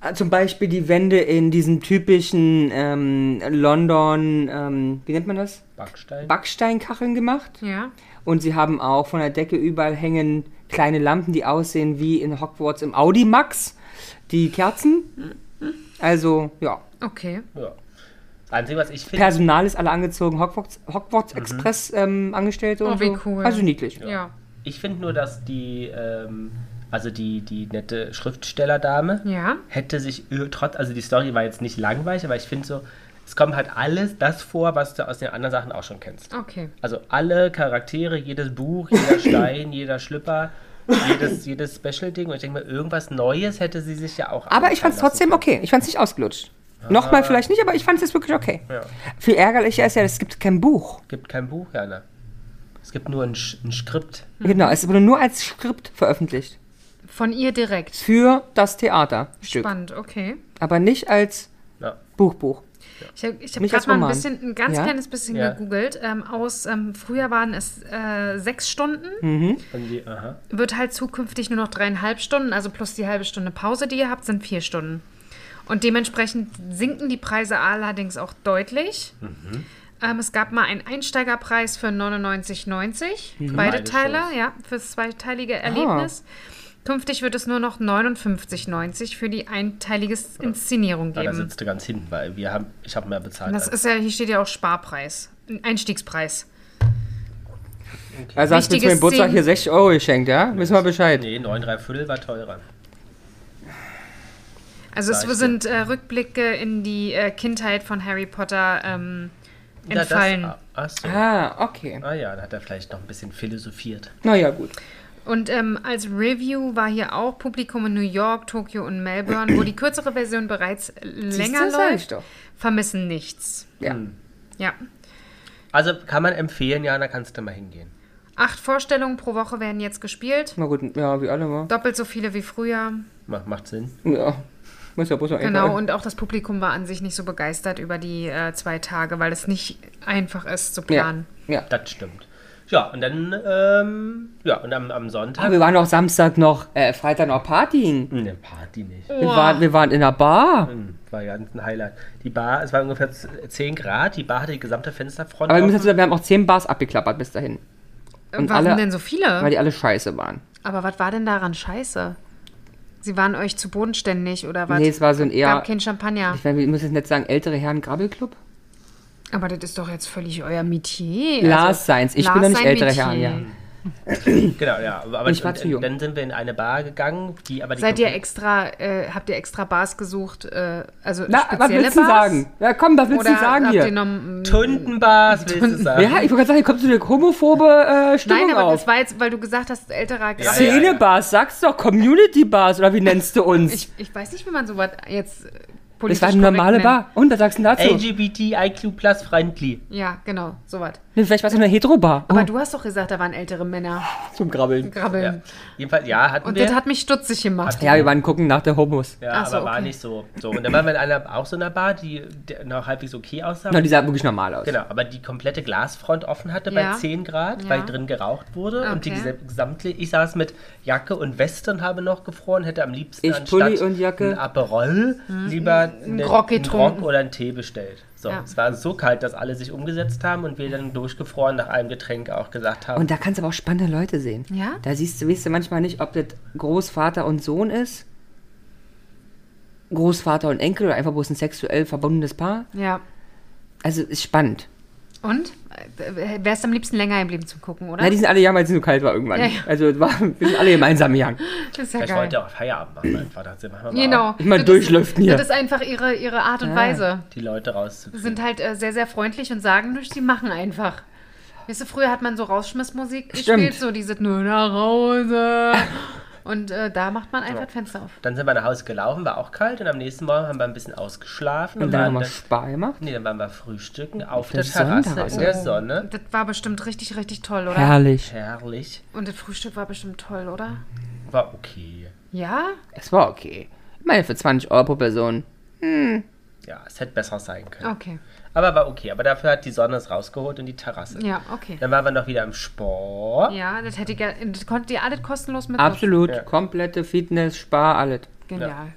äh, zum Beispiel die Wände in diesen typischen ähm, London, ähm, wie nennt man das? Backstein. Backsteinkacheln gemacht. Ja. Und sie haben auch von der Decke überall hängen kleine Lampen, die aussehen wie in Hogwarts im Audi Max. Die Kerzen. Also, ja. Okay. ja. Das Einzige, was ich finde, Personal ist alle angezogen, Hogwarts, Hogwarts Express ähm, Angestellte und Oh, wie so. cool. Also niedlich. Ja. ich finde nur, dass die, ähm, also die, die nette Schriftstellerdame Ja. hätte sich ir- trotz, also die Story war jetzt nicht langweilig, aber ich finde so, es kommt halt alles das vor, was du aus den anderen Sachen auch schon kennst. Okay. Also alle Charaktere, jedes Buch, jeder Stein, jeder Schlüpper, jedes, jedes Special-Ding. Und ich denke mal, irgendwas Neues hätte sie sich ja auch. Aber ich fand's einfallen trotzdem okay. Ich fand's nicht ausgelutscht. Nochmal vielleicht nicht, aber ich fand's jetzt wirklich okay. Viel ärgerlicher ist ja, es gibt kein Buch. lassen. Es gibt kein Buch, Jana. Es gibt nur ein, Sch- ein Skript. Hm. Genau, es wurde nur als Skript veröffentlicht. Von ihr direkt. Für das Theaterstück. Spannend, okay. Aber nicht als Ja. Buchbuch. Ich habe ich hab Mich gerade als mal ein, Roman. bisschen, ein ganz Ja? kleines bisschen Ja. gegoogelt. Ähm, aus, ähm, früher waren es äh, sechs Stunden, Und die, aha. wird halt zukünftig nur noch dreieinhalb Stunden, also plus die halbe Stunde Pause, die ihr habt, sind vier Stunden. Und dementsprechend sinken die Preise allerdings auch deutlich. Mhm. Ähm, es gab mal einen Einsteigerpreis für 99,90. Beide beide Teile, Shows. ja, fürs zweiteilige Erlebnis. Künftig wird es nur noch 59,90 für die einteilige Inszenierung Ja, da halt geben. sitzt du ganz hinten, weil wir haben, ich habe mehr bezahlt. Das als- ist ja, hier steht ja auch Sparpreis, ein Einstiegspreis. Also hast du mir Wichtige zum Geburtstag Szenen. hier 60 Euro geschenkt, ja? Wissen wir Bescheid. nee, 9,3 Viertel war teurer. Also es Sag ich dir. sind äh, Rückblicke in die äh, Kindheit von Harry Potter ähm, Ja, das- entfallen. ah, Ach so. Ah, okay. Ah ja, dann hat er vielleicht noch ein bisschen philosophiert. Naja, gut. Und ähm, als Review war hier auch Publikum in New York, Tokio und Melbourne, wo die kürzere Version bereits länger das sag ich läuft, doch. vermissen nichts. Ja. Hm. Ja. Also kann man empfehlen, Jana, kannst du mal hingehen. Acht Vorstellungen pro Woche werden jetzt gespielt. Na gut, ja, wie alle mal. Doppelt so viele wie früher. Macht, macht Sinn. Ja. Muss ja bloß noch Genau, irgendwann- und auch das Publikum war an sich nicht so begeistert über die äh, zwei Tage, weil es nicht einfach ist zu planen. Ja. ja. Das stimmt. Ja, und dann, ähm, ja, und am, am Sonntag. Aber wir waren auch Samstag noch, äh, Freitag noch Partyen. Eine Party nicht. Hm, Wir waren, wir waren in einer Bar. War ganz ein Highlight. Die Bar, es war ungefähr z- 10 Grad, die Bar hatte die gesamte Fensterfront. Aber wir offen. müssen dazu sagen, wir haben auch zehn Bars abgeklappert bis dahin. Warum alle- denn so viele? Weil die alle scheiße waren. Aber was war denn daran scheiße? Sie waren euch zu bodenständig oder was? Nee, es war so ein eher. gab kein Champagner. Ich, meine, wir müssen jetzt nicht sagen, ältere Herren Grabbelclub. Aber das ist doch jetzt völlig euer Metier. Also, Lars Seins. Ich Lars bin noch nicht sein ältere Metier. Herren, ja. genau, ja. Aber Ich war und, zu jung. dann sind wir in eine Bar gegangen, die aber die Seid ihr extra, äh, habt ihr extra Bars gesucht? Äh, also Na, was spezielle willst du Bars? sagen? Ja, komm, was willst Oder du sagen habt hier? ihr noch, Tundenbars, willst du sagen? Ja, ich wollte gerade sagen, hier kommt so eine homophobe äh, Stimmung Nein, aber auf. das war jetzt, weil du gesagt hast, älterer Ja, Grabbel- ja, ja. Szene-Bars, sag's doch, Community-Bars oder wie nennst du uns? Ich, ich weiß nicht, wie man sowas jetzt äh, politisch das war eine normale korrekt ne? nennt. Bar. Und was sagst du dazu? LGBTIQ plus friendly. Ja, genau, sowas. Nee, vielleicht war es eine Hetero-Bar. Aber oh, du hast doch gesagt, da waren ältere Männer. zum Grabbeln. Ja. Grabbeln. Jedenfalls, ja, hatten Und wir. das hat mich stutzig gemacht. Ja, wir waren gucken nach der Homos. ja, Ach so, aber war okay. nicht so. so. Und dann waren wir in einer, auch so einer Bar, die der noch halbwegs okay aussah. Na, die sah wirklich normal aus. Genau, aber die komplette Glasfront offen hatte Ja. bei 10 Grad, Ja. weil drin geraucht wurde und die Okay. gese- gesamte, ich saß mit Jacke und Weste und habe noch gefroren, hätte am liebsten Ich Pulli und Jacke. ein Aperol lieber eine- Mhm. Grog einen getrunken. Grog oder einen Tee bestellt. So, Ja. es war so kalt, dass alle sich umgesetzt haben und wir dann durchgefroren nach einem Getränk auch gesagt haben. Und da kannst du aber auch spannende Leute sehen. Ja? Da siehst du, weißt du manchmal nicht, ob das Großvater und Sohn ist, Großvater und Enkel oder einfach bloß ein sexuell verbundenes Paar. Ja. Also ist spannend. Und? Äh, Wärst am liebsten länger geblieben zum Gucken, oder? Na, die sind alle jammern, weil es so kalt war irgendwann. Ja, ja. Also es war, wir sind alle gemeinsam jammern. das ist ja ich geil. wollte ja auch Feierabend machen, einfach. Da sind- machen wir mal Genau. Immer Das durchlüften ist, hier. Ah. Das ist einfach ihre, ihre Art und Weise. auf, die Leute rauszukriegen. Sind halt äh, sehr, sehr freundlich und sagen nichts, die machen einfach. Weißt du, früher hat man so Rausschmissmusik gespielt, Stimmt. so diese nur nach Hause. Und äh, da macht man einfach das Fenster auf. Dann sind wir nach Hause gelaufen, war auch kalt und am nächsten Morgen haben wir ein bisschen ausgeschlafen Und dann haben wir waren dann- Spaß gemacht. Nee, dann waren wir frühstücken auf der der, Terrasse Sonntag. in der Sonne. Das war bestimmt richtig, richtig toll, oder? Herrlich. Herrlich. Und das Frühstück war bestimmt toll, oder? War okay. Ja? Es war okay. Ich meine, für 20 Euro pro Person. Ja, es hätte besser sein können. Okay. Aber war okay. Aber dafür hat die Sonne es rausgeholt und die Terrasse. Ja, okay. Dann waren wir noch wieder im Sport. Ja, das hätte ich ja, das konntet ihr alles kostenlos mit. Absolut, komplette Fitness, Spar, alles. Genial.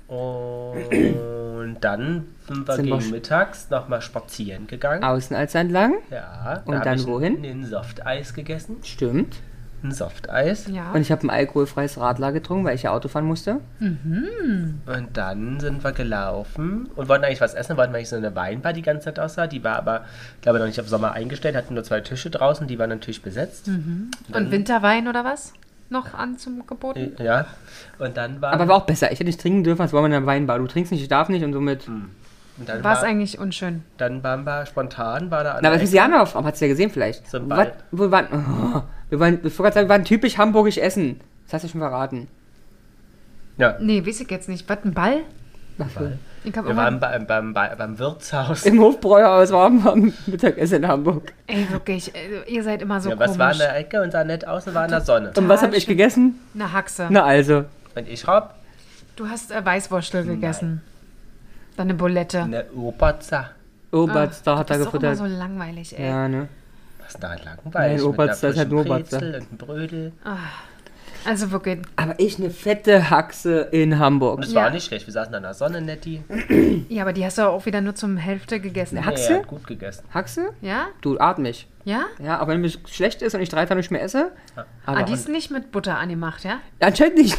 Und dann sind wir Sind wir gegen sch- Mittags nochmal spazieren gegangen. Außen als entlang. Ja. Und da hab dann ich wohin? Ein, ein Softeis gegessen. Stimmt. Ein Softeis. Ja. Und ich habe ein alkoholfreies Radler getrunken, weil ich ja Auto fahren musste. Und dann sind wir gelaufen und wollten eigentlich was essen, wollten eigentlich so eine Weinbar die ganze Zeit aussah. Die war aber, glaube ich, noch nicht auf Sommer eingestellt, hatten nur zwei Tische draußen, die waren natürlich besetzt. Mhm. Und Winterwein oder was? Noch an zum Gebot? Ja. Und dann war, Aber war auch besser. Ich hätte nicht trinken dürfen, als wollen wir in einer Weinbar. Du trinkst nicht, ich darf nicht und somit. Mhm. und dann, War es war, eigentlich unschön. dann waren wir spontan, war da an Na, der was ist die andere Form? Hat's ja gesehen vielleicht. So ein Was, Ball. wo waren, oh, wir waren, ich wollte gerade sagen, wir waren typisch hamburgisch Essen. Das hast du schon verraten. Ecke- ja. Nee, weiß ich jetzt nicht. Was, ein Ball? Ball. Ich hab Wir immer, waren beim, beim, beim, beim Wirtshaus. Im Hofbräuhaus waren wir am Mittagessen in Hamburg. ey, wirklich, also, ihr seid immer so ja, was komisch. war in der Ecke und sah nett aus und war in der Sonne. Und was habe ich gegessen? Eine Haxe. Na also. Und ich hab Du hast äh, Weißwurstel gegessen. Dann eine Bulette. Ah, eine Oberza. Oberster hat er das ist doch immer gefuttert. so langweilig, ey. ja, ne? Was ist da halt langweilig? Nein, mit einer Oberza ist halt frischen nur Oberza. Brezel und ein Brödel. Also wirklich, Aber ich eine fette Haxe in Hamburg. Und es Ja. war nicht schlecht. Wir saßen an der Sonne, Netti. ja, aber die hast du auch wieder nur zum Hälfte gegessen. Ja. Nee, Haxe? er hat gut gegessen. Haxe? Ja? Du atme ich. Ja? Ja, auch wenn mir schlecht ist und ich drei Tage nicht mehr esse. Aber Ah, die ist nicht mit Butter angemacht, ja? anscheinend nicht.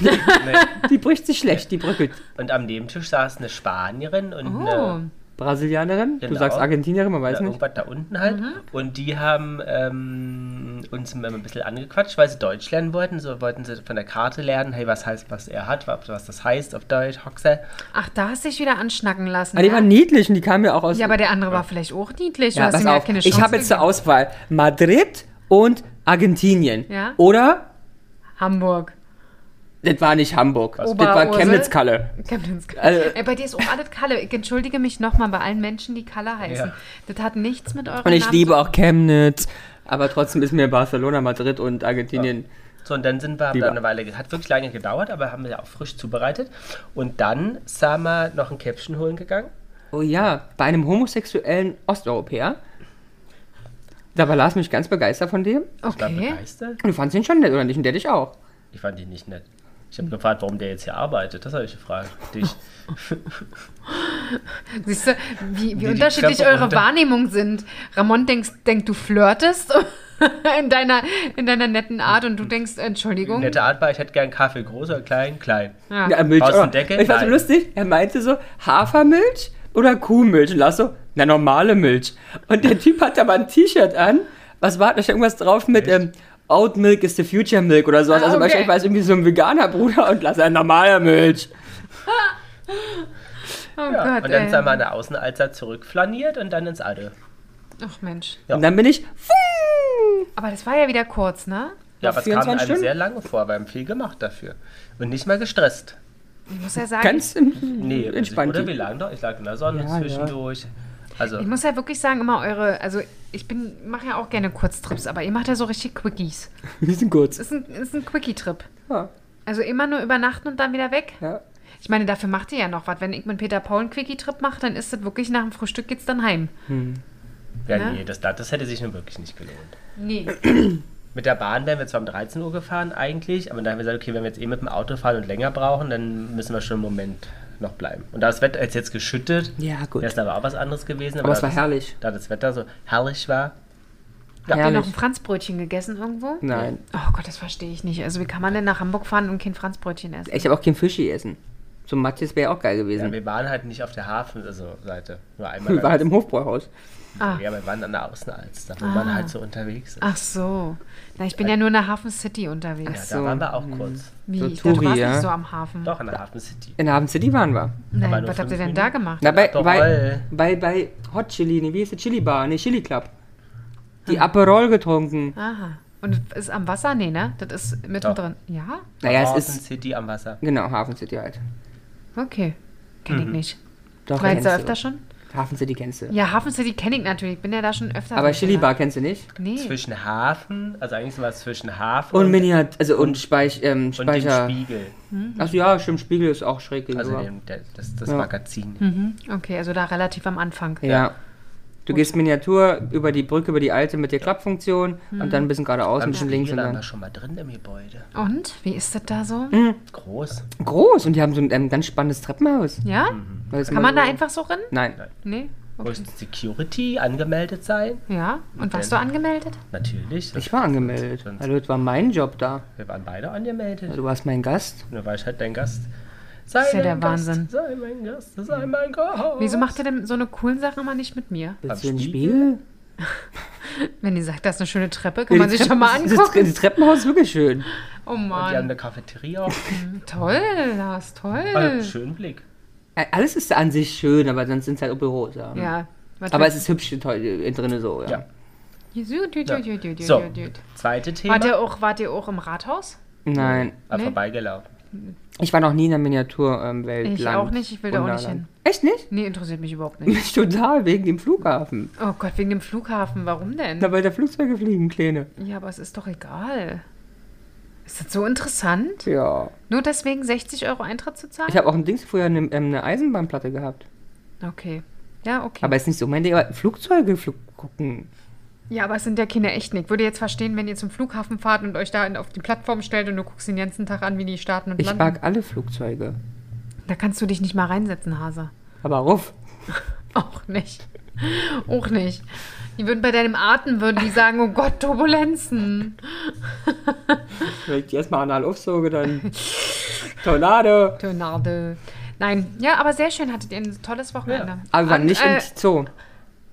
Die bricht sich schlecht, die bröckelt. Und am Nebentisch saß eine Spanierin und Oh, eine, Brasilianerin, du Genau. sagst Argentinierin, man weiß eine nicht. irgendwas da unten halt. Und die haben ähm, uns immer ein bisschen angequatscht, weil sie Deutsch lernen wollten. So wollten sie von der Karte lernen, hey, was heißt, was er hat, was was das heißt auf Deutsch, Hoxe. ach, da hast du dich wieder anschnacken lassen. Aber Ah, die ja? war niedlich und die kam ja auch aus. ja, aber der andere war vielleicht auch niedlich. Du Ja, hast pass ihm ja auf. keine Ich Chance habe jetzt zur gegeben. Auswahl Madrid und Argentinien. Ja. Oder, Hamburg. das war nicht Hamburg, das war Oberursel? Chemnitz-Kalle. Chemnitz-Kalle. Also- Ey, bei dir ist auch alles Kalle. Ich entschuldige mich nochmal bei allen Menschen, die Kalle heißen. Ja. Das hat nichts mit eurem Und ich Namen liebe zu- auch Chemnitz. Aber trotzdem ist mir Barcelona, Madrid und Argentinien. So, und dann sind wir, haben Lieber. da eine Weile, ge- hat wirklich lange gedauert, aber haben wir ja auch frisch zubereitet. Und dann sind wir noch ein Käppchen holen gegangen. Oh ja, bei einem homosexuellen Osteuropäer. Da war Lars mich ganz begeistert von dem. Ich war Okay. begeistert. Und du fandst ihn schon nett, oder nicht? Und der dich auch. Ich fand ihn nicht nett. Ich habe gefragt, warum der jetzt hier arbeitet. Das habe ich gefragt. Dich. Siehst du, wie, wie die unterschiedlich Treppe eure runter. Wahrnehmungen sind. Ramon denkst, denkt, du flirtest in deiner, in deiner netten Art und du denkst, Entschuldigung. Nette Art war, ich hätte gern Kaffee, groß oder klein, klein. Ja. Ja, Milch. Aus auch. dem Deckel? Ich fand so Nein. lustig. Er meinte so, Hafermilch oder Kuhmilch? Und Lars so, na, normale Milch. Und der Typ hat da mal ein T-Shirt an. Was war da steht irgendwas drauf mit, ähm, Oat Milk is the future milk oder sowas. Ah, Also okay. wahrscheinlich war es irgendwie so ein veganer Bruder und Lars, ja, normale Milch. Oh Ja, Gott, und dann ey. sind wir an der Außenalster zurückflaniert und dann ins Alte. Ach Mensch. Ja. Und dann bin ich, fuh, Aber das war ja wieder kurz, ne? Ja, aber es kam 24 einem Stunden? sehr lange vor, wir haben viel gemacht dafür. Und nicht mal gestresst. Ich muss ja sagen, ganz im- Nee, entspannt. Oder wir lagen doch, ich lag in der Sonne Ja, zwischendurch. Also, ich muss ja wirklich sagen, immer eure, also ich bin, mache ja auch gerne Kurztrips, aber ihr macht ja so richtig Quickies. Wir sind kurz. Das ist ein, ist ein Quickie-Trip. Ja, Also immer nur übernachten und dann wieder weg. ja. Ich meine, dafür macht ihr ja noch was. Wenn ich mit Peter Paul einen Quickie-Trip mache, dann ist das wirklich nach dem Frühstück geht's dann heim. ja, ne? nee, das, das hätte sich nun wirklich nicht gelohnt. Nee. Mit der Bahn wären wir zwar um 13 Uhr gefahren eigentlich, aber dann haben wir gesagt, okay, wenn wir jetzt eh mit dem Auto fahren und länger brauchen, dann müssen wir schon einen Moment noch bleiben. Und da das Wetter ist jetzt geschüttet, Ja, gut. wäre es aber auch was anderes gewesen. Aber es da war das- herrlich. Da das Wetter so herrlich war, Habt ihr noch Herrlich. ein Franzbrötchen gegessen irgendwo? Nein. Oh Gott, das verstehe ich nicht. Also wie kann man denn nach Hamburg fahren und kein Franzbrötchen essen? Ich habe auch kein Fisch gegessen. So ein Matthias wäre ja auch geil Ja, gewesen. wir waren halt nicht auf der Hafenseite. Also Seite. nur einmal. wir waren halt im Hofbräuhaus. Ah. Ja, wir waren an der Außenalster, wo Ah. man halt so unterwegs ist. Ach so. Na, ich bin ja nur in der Hafen City unterwegs. ja, da so. Hm. waren wir auch kurz. Wie? So ich dachte, du Touri, warst ja. nicht so am Hafen. Doch, an der Hafen City. In der Hafen City waren wir. aber Nein, nur was habt ihr denn fünf da gemacht? Na, bei, Doch, bei, weil- bei, bei Hot Chili, nee, wie ist das? Chili Bar, nee, Chili Club. Die Aperol getrunken. Aha. Und ist am Wasser? Nee, ne? Das ist mittendrin. Ja? Naja, Hafen es ist. City am Wasser. Genau, Hafen City halt. Okay. Kenn ich nicht. Doch, War jetzt kennst da du. öfter schon? Hafen City kennst du. Ja, Hafen City kenne ich natürlich. Bin ja da schon öfter. Aber drin Chili gewesen. Bar kennst du nicht. Nee. Zwischen Hafen, also eigentlich war es zwischen Hafen Und Miniat, also und, Speich, ähm, und dem Speicher. Spiegel. Achso, ja, stimmt, Spiegel ist auch schräg gegenüber. Also dem, der, das, das Ja. Hm. Magazin. Okay, also da relativ am Anfang. Ja. Du gehst Miniatur über die Brücke, über die alte mit der Klappfunktion Mhm. und dann ein bisschen geradeaus, ein Am bisschen Spiegel links und waren wir dann. schon mal drin im Gebäude. Und? Wie ist das da so? Hm. Groß. Groß und die haben so ein ähm, ganz spannendes Treppenhaus. Ja? Mhm. Weil es Kann immer man da so- einfach so rennen? Nein. Nee? Okay. Muss Security angemeldet sein? Ja? Und warst du Denn- angemeldet? Natürlich. Ich war angemeldet. Sonst- Hallo, das war mein Job da. Wir waren beide angemeldet. Du warst mein Gast. Und da war ich halt dein Gast. Sei Ist ja mein der Gast, Wahnsinn. Sei mein Gast, sei mein Gast. Wieso macht ihr denn so eine coolen Sache immer nicht mit mir? Willst du Am den Spiegel? Spiegel? Wenn ihr sagt, das ist eine schöne Treppe, kann Ja, man die sich schon Treppen- mal das- Das, angucken. das Treppenhaus ist wirklich schön. Oh Und die haben eine Mann. Cafeteria. auch. Toll, Lars, toll. Also, schönen Blick. Ä- Alles ist an sich schön, aber sonst sind es halt auch Büros. Ja. Ja. Warte. Aber es ist hübsch und toll äh, drinne so. Ja. Ja. Gut, gut, Ja. gut, gut, gut, So, gut, gut. zweite Thema. Wart ihr auch, wart ihr auch im Rathaus? Nein. ah, Nee. vorbeigelaufen. Ich war noch nie in der ähm, Miniaturwelt. Ich auch nicht, ich will da auch nicht hin. Echt nicht? Nee, interessiert mich überhaupt nicht. Mich total, wegen dem Flughafen. Oh Gott, wegen dem Flughafen, warum denn? Na, weil da Flugzeuge fliegen, Kleine. Ja, aber es ist doch egal. Ist das so interessant? Ja. Nur deswegen 60 Euro Eintritt zu zahlen? Ich habe auch ein Dings vorher eine, ähm, eine Eisenbahnplatte gehabt. Okay. Ja, okay. Aber ist nicht so mein Ding. Aber Flugzeuge flug gucken. ja, aber es sind ja keine echten. Ich würde jetzt verstehen, wenn ihr zum Flughafen fahrt und euch da in- auf die Plattform stellt und du guckst den ganzen Tag an, wie die starten und Ich landen. mag alle Flugzeuge. Da kannst du dich nicht mal reinsetzen, Hase. Aber ruff. Auch nicht. Auch nicht. Die würden bei deinem Atem, würden die sagen, oh Gott, Turbulenzen. Wenn ich die erstmal anal aufsauge, dann Tornado. Tornado. Nein, ja, aber sehr schön. Hattet ihr ein tolles Wochenende. Aber wir waren Und, nicht äh, im Zoo.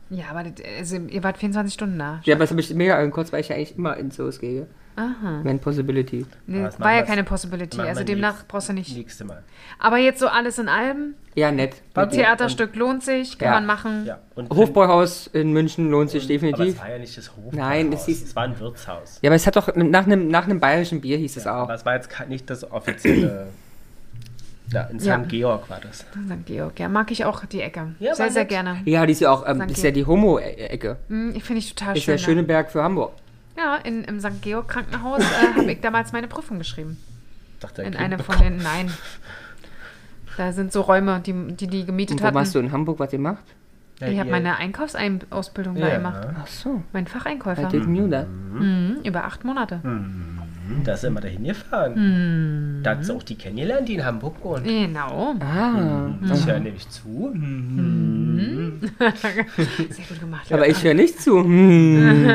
Ja, aber das, also, ihr wart 24 Stunden da. Ja, aber das habe ich mega angekotzt, weil ich ja eigentlich immer in Zoos gehe. Aha. Wenn Possibility. Nee, Aber das war ja machen wir- keine Possibility. machen wir Also demnach nächst- brauchst du nicht. Nächstes Mal. Aber jetzt so alles in allem, Ja, nett. Barbie. Theaterstück lohnt sich, kann Ja. man machen. Ja. Und Hofbräuhaus in München lohnt sich Aber es definitiv. war ja nicht das Hof. Nein, es hieß- es war ein Wirtshaus. Ja, aber es hat doch nach einem, nach einem bayerischen Bier hieß es auch. Aber es war jetzt kein- nicht das offizielle. Ja, in St. Ja. Georg war das. St. Georg, ja, mag ich auch die Ecke. Ja, sehr, war sehr nett. gerne. Ja, die ist ja auch, ähm, St. ist ja die Homo-Ecke. Hm, Ich finde ich total Ist schön. ja da. Schöneberg für Hamburg. Ja, in, im St. Georg Krankenhaus äh, habe ich damals meine Prüfung geschrieben. Dachte, In ein eine Kind von bekommen. den, nein. Da sind so Räume, die die, die gemietet Und wo hatten. warst du in Hamburg, was ihr macht? Ja, Ich ihr- habe meine Einkaufsausbildung da ja, gemacht. Ach so, Mein I Facheinkäufer. didn't knew that. Mhm, über acht Monate. Hm. Da sind wir da hingefahren. Mhm. Da hat sie auch die kennengelernt, die in Hamburg wohnen. Genau. Ah, Ich höre nämlich zu. Mhm. Sehr gut gemacht. aber ich höre nicht zu. Hm.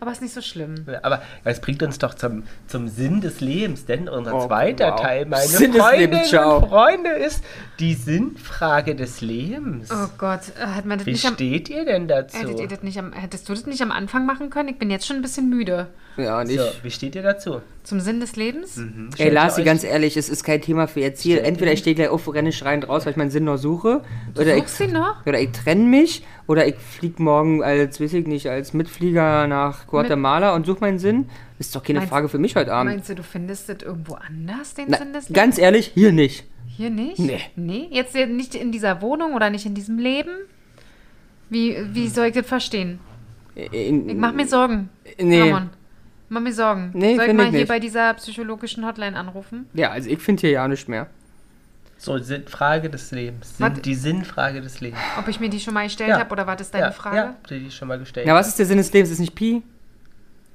Aber ist nicht so schlimm. Aber das bringt uns doch zum, zum Sinn des Lebens, denn unser Oh, zweiter wow. Teil, meine Sinn des Freundinnen Lebens, ciao. und Freunde, ist die Sinnfrage des Lebens. Oh Gott, äh, hat man das Wie nicht am, steht ihr denn dazu? hättet ihr das nicht am, hättest du das nicht am Anfang machen können? Ich bin jetzt schon ein bisschen müde. Ja, und ich. so, wie steht ihr dazu? Zum Sinn des Lebens? Hm. Ey, Stellt Lasi, ihr euch- ganz ehrlich, es ist kein Thema für jetzt hier. Stellt Entweder ich stehe gleich auf, renne schreiend raus, weil ich meinen Sinn noch suche. Oder ich, Suchst ihn noch? oder ich trenne mich. Oder ich fliege morgen als, weiß ich nicht, als Mitflieger nach Guatemala und suche meinen Sinn. Ist doch keine Meinst- Frage für mich heute Abend. Meinst du, du findest das irgendwo anders, den Na, Sinn des Lebens? ganz ehrlich, hier nicht. Hier nicht? Nee. Nee? Jetzt nicht in dieser Wohnung oder nicht in diesem Leben? Wie, wie soll ich das verstehen? In, Ich mach mir Sorgen. Nee. Ramon, mach mir Sorgen. Nee, soll ich find mal ich hier nicht. bei dieser psychologischen Hotline anrufen? ja, also ich finde hier ja nicht mehr. So, Sinn, Frage des Lebens. Sinn, Warte. die Sinnfrage des Lebens. Ob ich mir die schon mal gestellt Ja. habe oder war das deine ja, Frage? Ja, die, die schon mal gestellt. Na, was ist der Sinn des Lebens? Ist nicht Pi?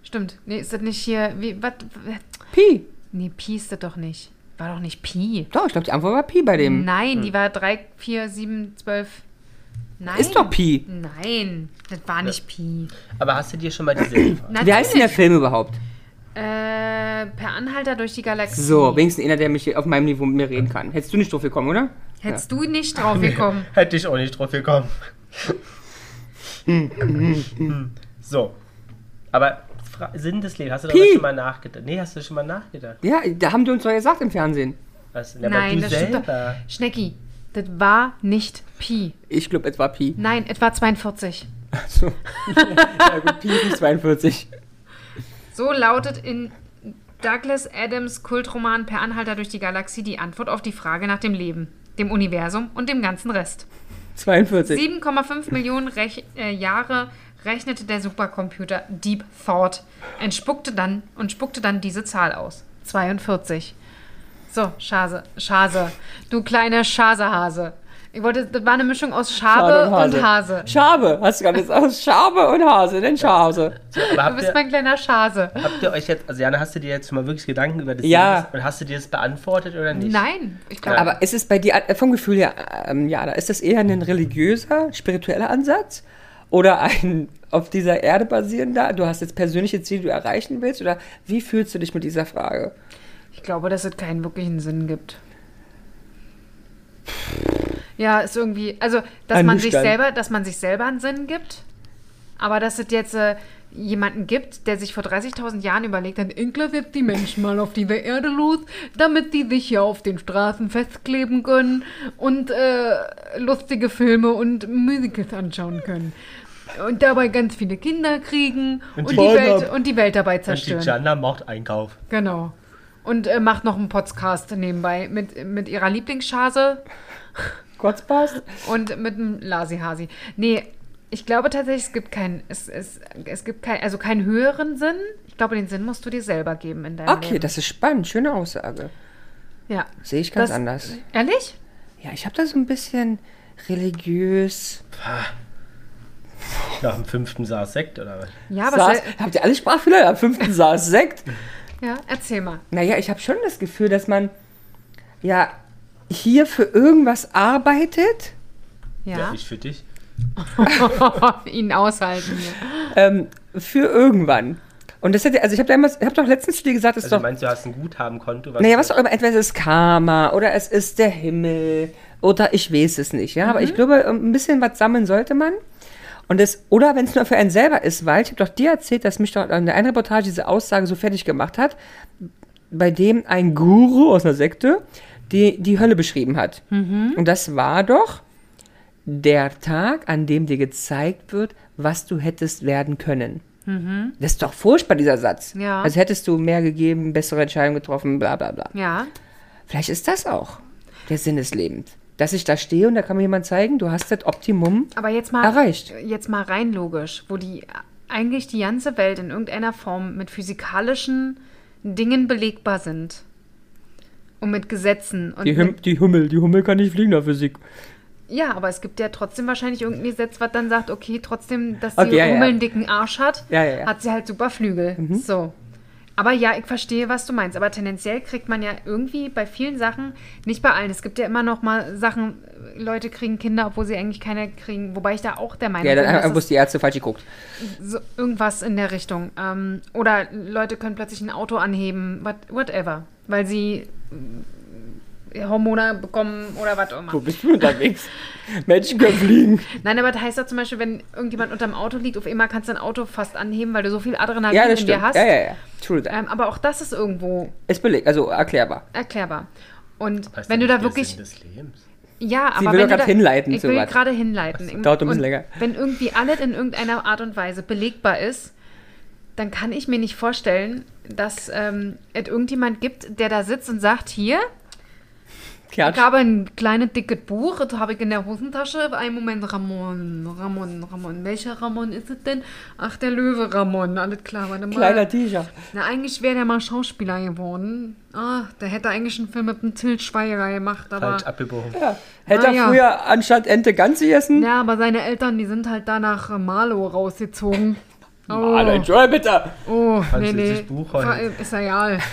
Stimmt. Nee, ist das nicht hier. Wie, wat, Pi. nee, Pi ist das doch nicht. War doch nicht Pi. Doch, ich glaube, die Antwort war Pi bei dem. Hm. Nein, die war 3, 4, 7, 12. Nein. Ist doch Pi. Nein, das war nicht Pi. Aber hast du dir schon mal die Sinnfrage? Wie heißt denn der Film überhaupt? Äh, per Anhalter durch die Galaxie. So, wenigstens einer, der mich auf meinem Niveau mit mir reden kann. Hättest du nicht drauf gekommen, oder? Hättest du nicht drauf gekommen. Hätte ich auch nicht drauf gekommen. so. Aber Fra Sinn des Lebens, hast du darüber Pi. schon mal nachgedacht? Nee, hast du schon mal nachgedacht? Ja, da haben die uns doch gesagt im Fernsehen. Was? Ja, aber Nein, du das stimmt selber. doch. Schnecki, das war nicht Pi. Ich glaube, es war Pi. Nein, es war 42. So. ja, gut, Pi ist nicht 42. So lautet in Douglas Adams Kultroman Per Anhalter durch die Galaxie die Antwort auf die Frage nach dem Leben, dem Universum und dem ganzen Rest. 42. 7,5 Millionen Rech äh, Jahre rechnete der Supercomputer Deep Thought und spuckte dann, und spuckte dann diese Zahl aus. 42. So, Schase, Schase. Du kleiner Schasehase. Ich wollte, das war eine Mischung aus Schabe Schade und Hase. Schabe, hast du gerade gesagt. aus Schabe und Hase, denn Schase. Aber Du habt bist ihr, mein kleiner Schase. habt ihr euch jetzt, also Jana, hast du dir jetzt mal wirklich Gedanken über das Ja. gemacht? Und hast du dir das beantwortet oder nicht? Nein, ich glaube, Aber ist es bei dir, äh, vom Gefühl her, ähm, Jana, ist das eher ein religiöser, spiritueller Ansatz? Oder ein auf dieser Erde basierender? Du hast jetzt persönliche Ziele, die du erreichen willst? Oder wie fühlst du dich mit dieser Frage? ich glaube, dass es keinen wirklichen Sinn gibt. Ja, ist irgendwie, also, dass Ein man sich Nüchtern. selber, dass man sich selber einen Sinn gibt, aber dass es jetzt äh, jemanden gibt, der sich vor 30.000 Jahren überlegt hat, Inkler wird die Menschen mal auf diese Erde los, damit die sich hier auf den Straßen festkleben können und äh, lustige Filme und Musicals anschauen können. Und dabei ganz viele Kinder kriegen und, die die, Bäume. Welt, und die Welt dabei Und die zerstören. Jana macht Einkauf. Genau. Und äh, macht noch einen Podcast nebenbei mit, mit ihrer Lieblingsschase Kurz passt? und mit einem Lasihasi. Nee, ich glaube tatsächlich, es gibt keinen, es, es, es gibt kein, also keinen höheren Sinn. Ich glaube, den Sinn musst du dir selber geben in deinem Okay, Leben. das ist spannend. Schöne Aussage. ja. Sehe ich ganz Das- anders. Ehrlich? Ja, ich habe da so ein bisschen religiös. Nach dem fünften Saß Sekt oder was? Ja, aber saß, es- habt ihr alle Sprachfehler? Am fünften saß Sekt. ja, erzähl mal. Naja, ich habe schon das Gefühl, dass man ja hier für irgendwas arbeitet. Ja, Ich für dich. ihn aushalten. hier. ähm, für irgendwann. Und das hätte, also ich habe damals, ich habe doch letztens zu dir gesagt, es ist Also doch, meinst du, hast ein Guthabenkonto? Was naja, was auch immer, entweder es ist Karma oder es ist der Himmel oder ich weiß es nicht, ja, aber ich glaube, äh, ein bisschen was sammeln sollte man. Und das, oder wenn es nur für einen selber ist, weil ich habe doch dir erzählt, dass mich doch in der einen Reportage diese Aussage so fertig gemacht hat, bei dem ein Guru aus einer Sekte die, die Hölle beschrieben hat. Und das war doch der Tag, an dem dir gezeigt wird, was du hättest werden können. Das ist doch furchtbar, dieser Satz. Ja. Also hättest du mehr gegeben, bessere Entscheidungen getroffen, bla bla bla. Ja, Vielleicht ist das auch der Sinn des Lebens. Dass ich da stehe und da kann mir jemand zeigen, du hast das Optimum. aber jetzt mal Erreicht. Jetzt mal rein logisch, wo die eigentlich die ganze Welt in irgendeiner Form mit physikalischen Dingen belegbar sind und mit Gesetzen und Die, mit, Him die Hummel, die Hummel kann nicht fliegen, der Physik. Ja, aber es gibt ja trotzdem wahrscheinlich irgendein Gesetz, was dann sagt, okay, trotzdem, dass die Okay, ja, ja. Hummel einen dicken Arsch hat, Ja, ja, Mhm. ja. hat sie halt super Flügel. So. Aber ja, ich verstehe, was du meinst. Aber tendenziell kriegt man ja irgendwie bei vielen Sachen, nicht bei allen. Es gibt ja immer noch mal Sachen, Leute kriegen Kinder, obwohl sie eigentlich keine kriegen. Wobei ich da auch der Meinung Ja, dann bin, dass haben es- bloß die Ärzte falsch geguckt. so, irgendwas in der Richtung. Ähm, oder Leute können plötzlich ein Auto anheben, what, whatever, weil sie äh, Hormone bekommen oder was auch immer. Wo bist du unterwegs? Menschen können fliegen. Nein, aber das heißt ja zum Beispiel, wenn irgendjemand unterm Auto liegt, auf einmal kannst du ein Auto fast anheben, weil du so viel Adrenalin Ja, in das dir stimmt. hast. Ja, ja, ja. True that. Ähm, aber auch das ist irgendwo Ist belegt, also erklärbar. erklärbar. Und Weißt wenn du du da nicht, der wirklich Sinn des Lebens? Ja, will aber wenn doch du grad da- hinleiten Ich zu will was. gerade hinleiten. Ich- dauert ein bisschen und länger. Wenn irgendwie alles in irgendeiner Art und Weise belegbar ist, dann kann ich mir nicht vorstellen, dass ähm, es irgendjemand gibt, der da sitzt und sagt, hier, ich Klatsch. habe ein kleines, dickes Buch, das habe ich in der Hosentasche. Einen Moment, Ramon, Ramon, Ramon. Welcher Ramon ist es denn? Ach, der Löwe Ramon, alles klar. Warte mal. Kleiner T-Shirt. Na, eigentlich wäre der mal Schauspieler geworden. Ah, der hätte eigentlich einen Film mit dem Til Schweiger gemacht, aber... Falsch abgebogen. Ja. Hätte Ah, er ja. früher anstatt Ente ganz gegessen? Ja, aber seine Eltern, die sind halt da nach äh, Marlow rausgezogen. Ah, Oh, dein Joy, bitte. oh nee, nee. Französisches Buch heute. Ver- Ist ja egal.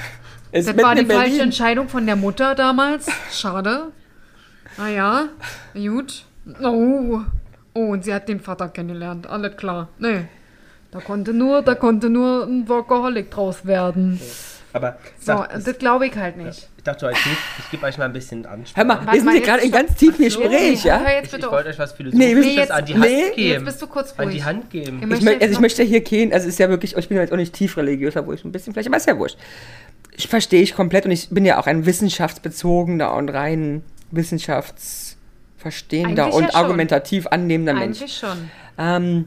Ist Das mitten war die in Berlin. falsche Entscheidung von der Mutter damals. Schade. Naja, gut. Oh. oh, und sie hat den Vater kennengelernt. Alles klar. Nee. Da konnte nur, da konnte nur ein Workaholic draus werden. Aber So, sag, das glaube ich halt nicht. ich dachte euch nicht, ich gebe euch mal ein bisschen Anspruch. Hör mal, Warte wir sind mal, hier jetzt gerade in stopp. ganz tiefen So, Gespräch, nee, ja? Hör jetzt ich, bitte ich auf. wollte euch was Nee, Philosophisches wir- jetzt- an die Hand nee. geben. Jetzt bist du kurz An ruhig. die Hand geben. Ich Ich mö- jetzt also ich noch- möchte hier keinen, also es ist ja wirklich, ich bin ja jetzt auch nicht tief religiös, obwohl ich ein bisschen vielleicht, aber ist ja wurscht. Ich verstehe ich komplett und ich bin ja auch ein wissenschaftsbezogener und rein wissenschaftsverstehender Eigentlich und ja schon. argumentativ annehmender Mensch. Eigentlich schon. Ähm,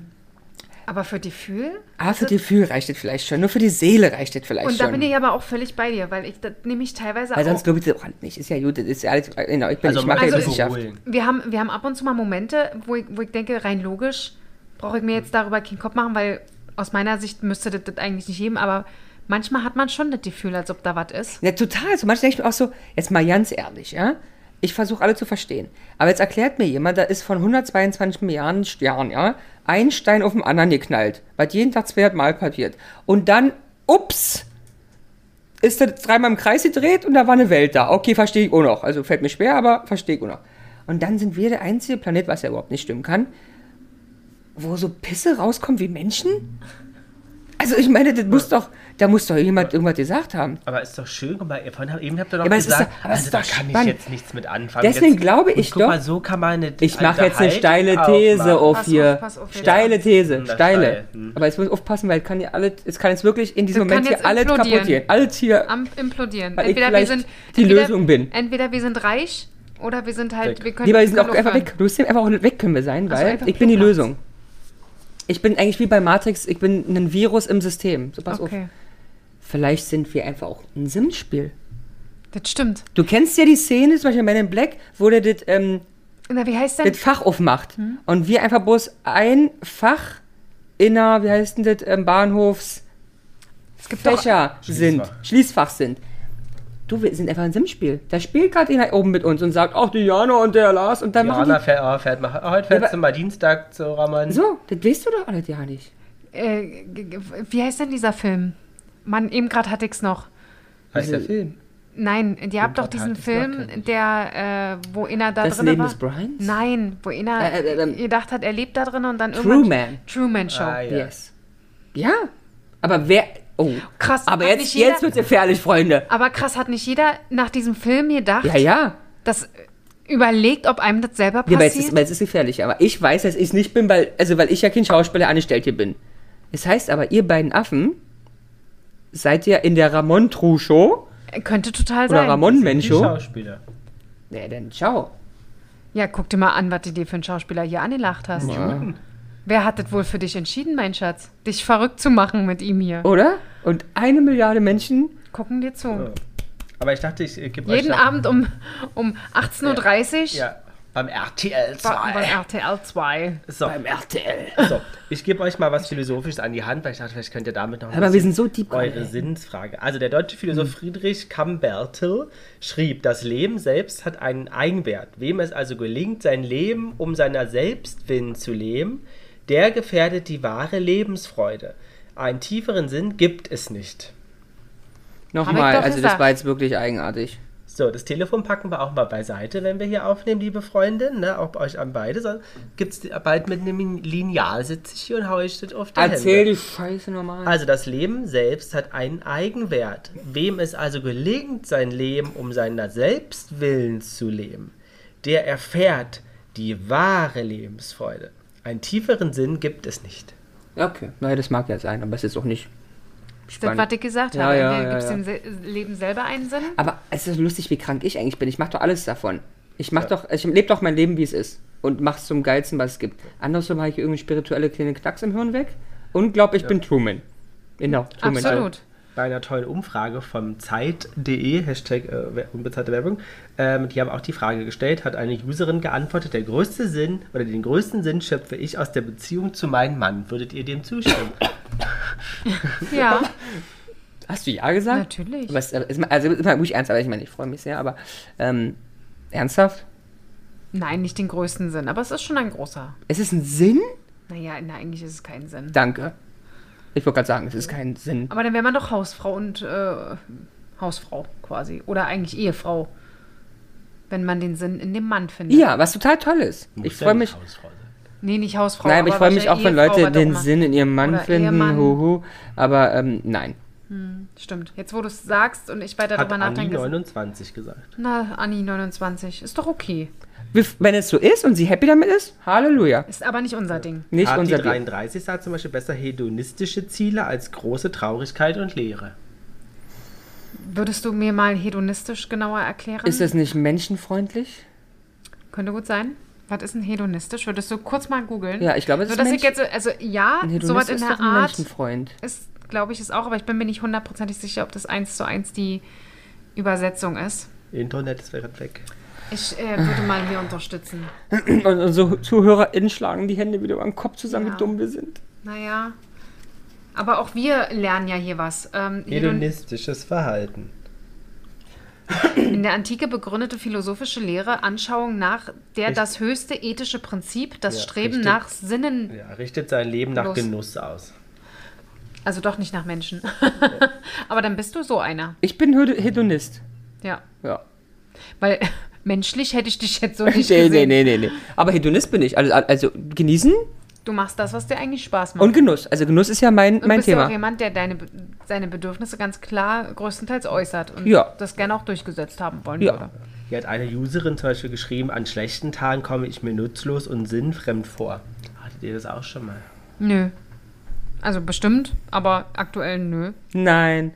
Aber für die Fühl? Ah, für die Fühl reicht das vielleicht schon. Nur für die Seele reicht das vielleicht Und da schon. bin ich aber auch völlig bei dir, weil ich das nehme ich teilweise Weil sonst auch. glaube ich das auch nicht. Ist ja gut, das ist ja alles. Genau, ich, bin, ich mag also ja ist- Wissenschaft. beruhigen. Wir haben, wir haben ab und zu mal Momente, wo ich, wo ich denke, rein logisch brauche ich mir Hm. jetzt darüber keinen Kopf machen, weil aus meiner Sicht müsste das, das eigentlich nicht geben, aber manchmal hat man schon das Gefühl, als ob da was ist. Ja, total. So manchmal denke ich mir auch so, jetzt mal ganz ehrlich, ja. Ich versuche alle zu verstehen. Aber jetzt erklärt mir jemand, da ist von 122 Milliarden Jahren, ja, ein Stein auf den anderen geknallt, was jeden Tag 200 Mal passiert. Und dann, ups, ist er dreimal im Kreis gedreht und da war eine Welt da. Okay, verstehe ich auch noch. Also fällt mir schwer, aber verstehe ich auch noch. Und dann sind wir der einzige Planet, was ja überhaupt nicht stimmen kann, wo so Pisse rauskommen wie Menschen? Also ich meine, das muss doch, da muss doch jemand irgendwas gesagt haben. Aber ist doch schön, guck mal, ihr vorhin habt- eben habt ihr doch Ja, aber es ist gesagt, doch- aber es also ist da doch kann ich spannend. jetzt nichts mit anfangen. Deswegen jetzt, glaube und ich guck doch- mal, so kann man halt eine Ich mache jetzt eine steile Haltung These oh, aufmachen. auf Pass hier. auf, pass auf, jetzt. steile These, Na, steile. steil, hm. Aber jetzt muss ich aufpassen, weil es kann ja alles, es kann jetzt wirklich in diesem Das kann Moment hier jetzt alles implodieren. kaputt gehen. Alles hier. Am implodieren. Weil ich vielleicht die Lösung bin. Entweder wir sind reich oder wir sind halt, Weg. wir können Nee, weil wir sind können auch einfach aufhören. weg. Du bist einfach auch weg können wir sein, Also weil einfach ich bin die Platz. Lösung. Ich bin eigentlich wie bei Matrix, ich bin ein Virus im System. So, pass auf. Okay, Vielleicht sind wir einfach auch ein Sims-Spiel. das stimmt. Du kennst ja die Szene, zum Beispiel in Men in Black, wo der das, ähm, Na, wie heißt denn? das Fach aufmacht. Hm. Und wir einfach bloß ein Fach in einer, wie heißt denn das, ähm, Bahnhofs... Es gibt doch Fächer sind, Schließfach. Schließfach sind. Du, wir sind einfach in Sims-Spiel. Da spielt gerade einer oben mit uns und sagt, ach, die Jana und der Lars und dann Johanna machen fährt, oh, fährt mal, oh, heute fährst aber- du mal Dienstag zu Raman. die... So, das weißt du doch alles ja nicht. Äh, g- g- wie heißt denn dieser Film? Mann, eben gerade hatte ich's noch. heißt der Film. Nein, ihr habt doch grad diesen halt hatte ich's noch, kenn Film, ich. der, äh, wo Inna da Das drin Leben war. des Brians? Nein, wo Inna Äh, äh, äh, gedacht hat, er lebt da drin und dann Man. irgendwann... Truman. Show. Ah, ja. Yes. Ja, aber wer... Oh, Krass, aber hat jetzt, nicht jeder- jetzt wird's gefährlich, Freunde. Aber krass, hat nicht jeder nach diesem Film gedacht, Ja, ja. dass äh, überlegt, ob einem das selber Ja, aber passiert? jetzt ist, aber jetzt ist gefährlich. Aber ich weiß, dass ich es nicht bin, weil, also, weil ich ja kein Schauspieler angestellt hier bin. Es heißt aber, ihr beiden Affen seid ja in der Ramon-True-Show Könnte total oder sein. Die Ramon-Mensch-Show. Schauspieler. Ja, dann ciao. Ja, guck dir mal an, was du dir für einen Schauspieler hier angelacht hast. Wer hat das wohl für dich entschieden, mein Schatz? Dich verrückt zu machen mit ihm hier. Oder? Und eine Milliarde Menschen. Gucken dir zu. Aber ich dachte, ich äh, gebe euch Jeden da- Abend um, um 18.30 Uhr Ja, beim RTL bei, 2. bei RTL 2. So, RTL. so, ich gebe euch mal was Philosophisches an die Hand, weil ich dachte, vielleicht könnt ihr damit noch ein Aber wir sind so deep. Mhm. eure Sinnsfrage. Also der deutsche Philosoph Friedrich Cambertel schrieb, das Leben selbst hat einen Eigenwert. Wem es also gelingt, sein Leben um seiner selbst willen zu leben, der gefährdet die wahre Lebensfreude. Einen tieferen Sinn gibt es nicht. Nochmal, doch also das gesagt. war jetzt wirklich eigenartig. So, das Telefon packen wir auch mal beiseite, wenn wir hier aufnehmen, liebe Freundin. Ne? Auch euch an beide. Sonst gibt's die- bald mit einem Lineal sitze ich hier und haue ich das auf die Erzähl Hände. die Scheiße nochmal. Also das Leben selbst hat einen Eigenwert. Wem es also gelingt, sein Leben um seiner selbst willen zu leben, der erfährt die wahre Lebensfreude. Einen tieferen Sinn gibt es nicht. Okay, naja, das mag ja sein, aber es ist auch nicht. Ist das, was ich gesagt Ja, habe? ja, Entweder ja, Gibt's ja. dem Se Leben selber einen Sinn? Aber es ist lustig, wie krank ich eigentlich bin. Ich mache doch alles davon. Ich mach doch, ich lebe doch mein Leben, wie es ist. Und mach's zum Geilsten, was es gibt. Andersrum habe ich irgendeine spirituelle kleine Knacks im Hirn weg und glaub, ich bin Truman. Genau, Truman. Absolut. bei einer tollen Umfrage von Zeit.de, Hashtag äh, wer- unbezahlte Werbung, ähm, die haben auch die Frage gestellt, hat eine Userin geantwortet, der größte Sinn oder den größten Sinn schöpfe ich aus der Beziehung zu meinem Mann. Würdet ihr dem zustimmen? Ja, Hast du Hm? ja gesagt? natürlich. Aber es, ist, also, ist mal ruhig ernst, aber ich meine, ich freue mich sehr, aber ähm, ernsthaft? Nein, nicht den größten Sinn, aber es ist schon ein großer. Es ist ein Sinn? Naja, na, eigentlich ist es kein Sinn. Danke. Ich wollte gerade sagen, es ist kein Sinn. Aber dann wäre man doch Hausfrau und äh, Hausfrau quasi. Oder eigentlich Ehefrau. Wenn man den Sinn in dem Mann findet. Ja, was total toll ist. Muss Ich ja freue nicht mich. Hausfrau sein. Nee, nicht Hausfrau. Nein, aber ich freue mich auch, wenn wahrscheinlich Leute Ehefrau, was auch den immer. Sinn in ihrem Mann Oder finden. Ehemann. Huhu. Aber ähm, nein. Stimmt. Jetzt, wo du es sagst und ich weiter Hat drüber Anni nachdenke. 29 gesagt. Na, Anni 29. Ist doch okay. Wir- Wenn es so ist und sie happy damit ist, Halleluja. Ist aber nicht unser Ding. Nicht Kati unser Ding. 33 sagt zum Beispiel besser hedonistische Ziele als große Traurigkeit und Leere. Würdest du mir mal hedonistisch genauer erklären? Ist das nicht menschenfreundlich? Könnte gut sein. Was ist denn hedonistisch? Würdest du kurz mal googeln? Ja, ich glaube, es so, ist dass ein ich jetzt, so- also ja, Ein Hedonist sowas in ist der doch ein Art Menschenfreund. ist, glaube ich, ist auch, aber ich bin mir nicht hundertprozentig sicher, ob das eins zu eins die Übersetzung ist. Internet ist während weg. Ich äh, würde mal hier unterstützen. Und unsere ZuhörerInnen schlagen die Hände wieder über den Kopf zusammen, Ja. wie dumm wir sind. Naja. Aber auch wir lernen ja hier was. Ähm, Hedon- Hedonistisches Verhalten. In der Antike begründete philosophische Lehre Anschauung nach der das höchste ethische Prinzip, das Ja, Streben richtig. nach Sinnen, Ja, richtet sein Leben nach Los. Genuss aus. also doch nicht nach Menschen. Aber dann bist du so einer. Ich bin Hede- Hedonist. Ja, Ja. weil menschlich hätte ich dich jetzt so nicht Nee, gesehen. nee, nee, nee, nee. Aber Hedonist bin ich. Also, also genießen Du machst das, was dir eigentlich Spaß macht. und Genuss. Also Genuss ist ja mein, Und mein bist ja auch Thema. jemand, der deine, Be- seine Bedürfnisse ganz klar größtenteils äußert und Ja. das gerne auch durchgesetzt haben wollen Ja. würde. Hier hat eine Userin zum Beispiel geschrieben, an schlechten Tagen komme ich mir nutzlos und sinnfremd vor. Hattet ihr das auch schon mal? Nö. Also bestimmt, aber aktuell nö. Nein.